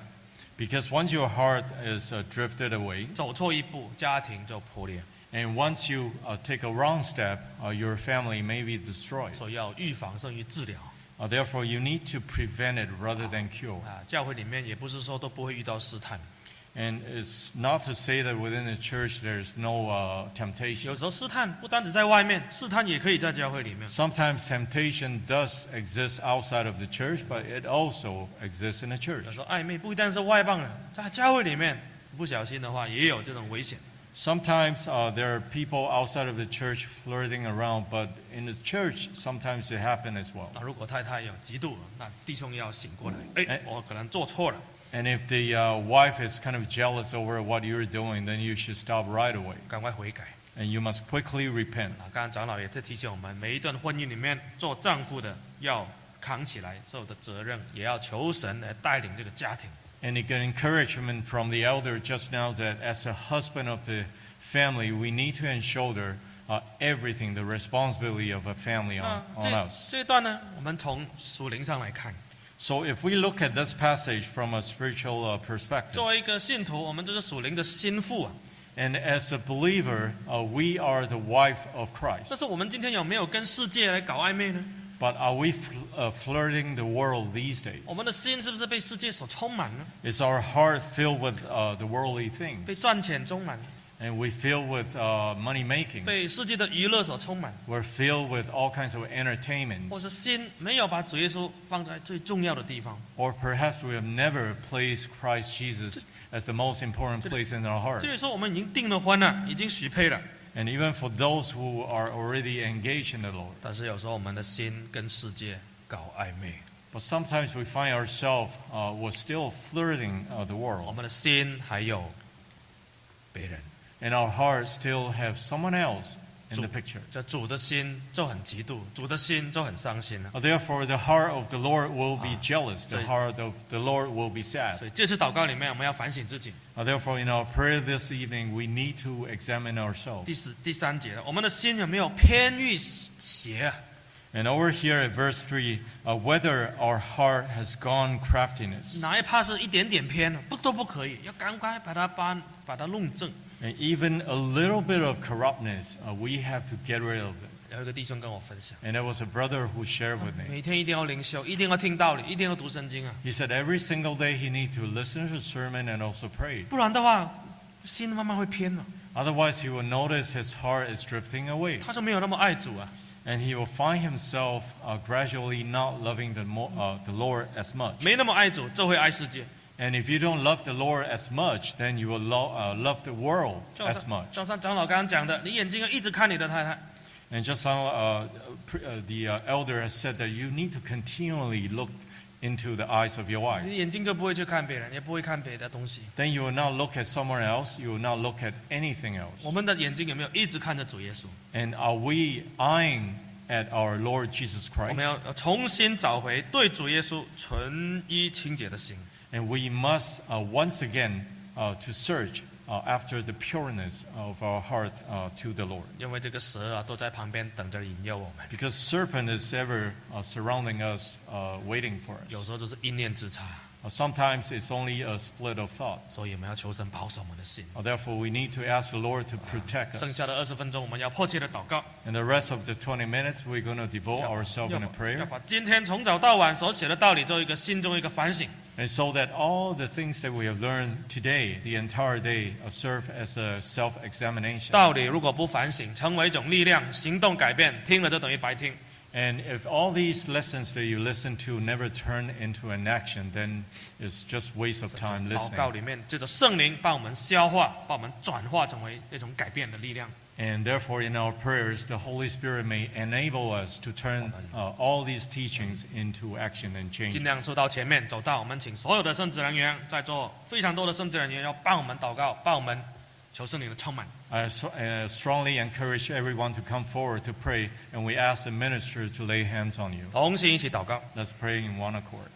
Speaker 2: because once your heart is uh, drifted away,
Speaker 3: 走错一步，家庭就破裂。
Speaker 2: and once you uh, take a wrong step, uh, your family may be destroyed.
Speaker 3: 所以要预防胜于治疗
Speaker 2: Uh, therefore, you need to prevent it rather than cure.
Speaker 3: 啊！教会里面也不是说都不会遇到试探，
Speaker 2: And it's not to say that within the church there's no uh,
Speaker 3: 有
Speaker 2: temptation.
Speaker 3: 时候试探不单只在外面，试探也可以在教会里面。
Speaker 2: Sometimes temptation does exist outside of the church, but it also exists in the
Speaker 3: 有
Speaker 2: church.
Speaker 3: 时候暧昧不单是外邦人，在教会里面不小心的话，也有这种危险。
Speaker 2: Sometimes uh, there are people outside of the church flirting around, but in the church, sometimes it happens as well.
Speaker 3: 那如果太太有嫉妒，那弟兄要醒过来，哎
Speaker 2: 哎，
Speaker 3: 我可能做错了，
Speaker 2: And if the uh, wife is kind of jealous over what you're doing, then you should stop right away.
Speaker 3: 赶快悔改。
Speaker 2: And you must quickly repent.
Speaker 3: 啊，刚刚长老也在提醒我们，每一段婚姻里面，做丈夫的要扛起来所有的责任，也要求神来带领这个家庭。
Speaker 2: And it can encouragement from the elder just now that as a husband of the family, we need to shoulder uh, everything, the responsibility of a family
Speaker 3: 那
Speaker 2: on, on
Speaker 3: 这
Speaker 2: us.
Speaker 3: 这一段呢，我们从属灵上来看，
Speaker 2: So if we look at this passage from a spiritual uh, perspective,
Speaker 3: 作为一个信徒，我们就是属灵的心腹啊。
Speaker 2: and as a believer, uh, we are the wife of
Speaker 3: 但
Speaker 2: Christ.
Speaker 3: 是我们今天有没有跟世界来搞暧昧呢？
Speaker 2: But are we fl- uh, flirting the world these days?
Speaker 3: 我们的心是不是被世界所充满呢？
Speaker 2: Is our heart filled with uh, the worldly things?
Speaker 3: 被赚钱充满，
Speaker 2: And we filled with uh, money making?
Speaker 3: 被世界的娱乐所充满，
Speaker 2: We're filled with all kinds of entertainments?
Speaker 3: 或者心没有把主耶稣放在最重要的地方。
Speaker 2: Or perhaps we have never placed Christ Jesus as the most important place in our heart.
Speaker 3: 这里说我们已经订了婚了，已经许配了，
Speaker 2: And even for those who are already engaged in the Lord.
Speaker 3: 但是有时候我们的心跟世界搞暧昧，
Speaker 2: But sometimes we find ourselves uh, we're still flirting uh, the
Speaker 3: 我
Speaker 2: world.
Speaker 3: 们的心还有别人。
Speaker 2: And our hearts still have someone else in the
Speaker 3: So-
Speaker 2: picture.
Speaker 3: 这主的心就很嫉妒，主的心就很伤心了。啊
Speaker 2: Uh, Therefore, the heart of the Lord will be
Speaker 3: Ah,
Speaker 2: jealous. The
Speaker 3: so-
Speaker 2: heart of the Lord will be
Speaker 3: 所
Speaker 2: sad.
Speaker 3: 以这次祷告里面，我们要反省自己。
Speaker 2: Uh, Therefore, in our prayer this evening, we need to examine ourselves.
Speaker 3: 第十第三节了，我们的心有没有偏于邪啊？
Speaker 2: And over here at verse 3, uh, whether our heart has gone craftiness.
Speaker 3: 哪一怕是一点点偏，啊不都不可以，要赶快把它搬，把它弄正。
Speaker 2: And even a little bit of corruptness, uh, we have to get rid of it.
Speaker 3: 有一个弟兄跟我分享，
Speaker 2: And there was a brother who shared with me.
Speaker 3: 每天一定要灵修，一定要听道理，一定要读圣经啊，
Speaker 2: He said every single day he needs to listen to a sermon and also pray.
Speaker 3: 不然的话，心慢慢会偏啊了，
Speaker 2: Otherwise, he will notice his heart is drifting away,
Speaker 3: 他就没有那么爱主啊。
Speaker 2: and he will find himself uh, gradually not loving the, mo- uh, the Lord as much.
Speaker 3: 没那么爱主，就会爱世界。
Speaker 2: And if you don't love the Lord as much, then you will lo- uh, love the world
Speaker 3: 就好
Speaker 2: as
Speaker 3: 像
Speaker 2: much.
Speaker 3: 就像长老刚刚讲的，你眼睛要一直看你的太太，
Speaker 2: And just how uh, pr- uh, the uh, elder has said that you need to continually look into the eyes of your wife.
Speaker 3: 你眼睛就不会去看别人，也不会看别的东西。
Speaker 2: then you will not look at someone else, you will not look at anything else.
Speaker 3: 我们的眼睛有没有一直看着主耶稣？
Speaker 2: And are we eyeing at our Lord Jesus
Speaker 3: 我
Speaker 2: Christ?
Speaker 3: 们要要重新找回对主耶稣纯一清洁的心。
Speaker 2: And we must uh, once again uh, to search uh, after the pureness of our heart uh, to the Lord.
Speaker 3: 因为这个蛇啊都在旁边等着引诱我们，
Speaker 2: Because serpent is ever uh, surrounding us, uh, waiting for
Speaker 3: 有
Speaker 2: us.
Speaker 3: 时候就是一念之差，
Speaker 2: Uh, sometimes it's only a split of thought.
Speaker 3: 所以我们要求神保守我们的心。
Speaker 2: Uh, therefore, we need to ask the Lord to protect
Speaker 3: 剩
Speaker 2: us.
Speaker 3: 下的二十分钟，我们要迫切的祷告，
Speaker 2: And the rest of the 20 minutes, we're going to devote
Speaker 3: 要
Speaker 2: ourselves
Speaker 3: 要
Speaker 2: in a
Speaker 3: 把要
Speaker 2: prayer.
Speaker 3: 把今天从早到晚所写的道理做一个心中一个反省，
Speaker 2: And so that all the things that we have learned today, the entire day, uh, serve as a self examination.
Speaker 3: 道理如果不反省，成为一种力量，行动改变，听了就等于白听。
Speaker 2: And if all these lessons that you listen to never turn into an action, then it's just waste of time
Speaker 3: 祷告
Speaker 2: listening.
Speaker 3: 里面，借着圣灵把我们消化，把我们转化成为那种改变的力量。
Speaker 2: And therefore, in our prayers, the Holy Spirit may enable us to turn uh, all these teachings into action and
Speaker 3: 尽
Speaker 2: change.
Speaker 3: 量做到前面走到，我们请所有的圣职人员在座非常多的圣职人员要帮我们祷告，帮我们求圣灵的充满。
Speaker 2: I so- uh, strongly encourage everyone to come forward to pray, and we ask the minister to lay hands on you.
Speaker 3: 同心一起祷告，
Speaker 2: Let's pray in one accord.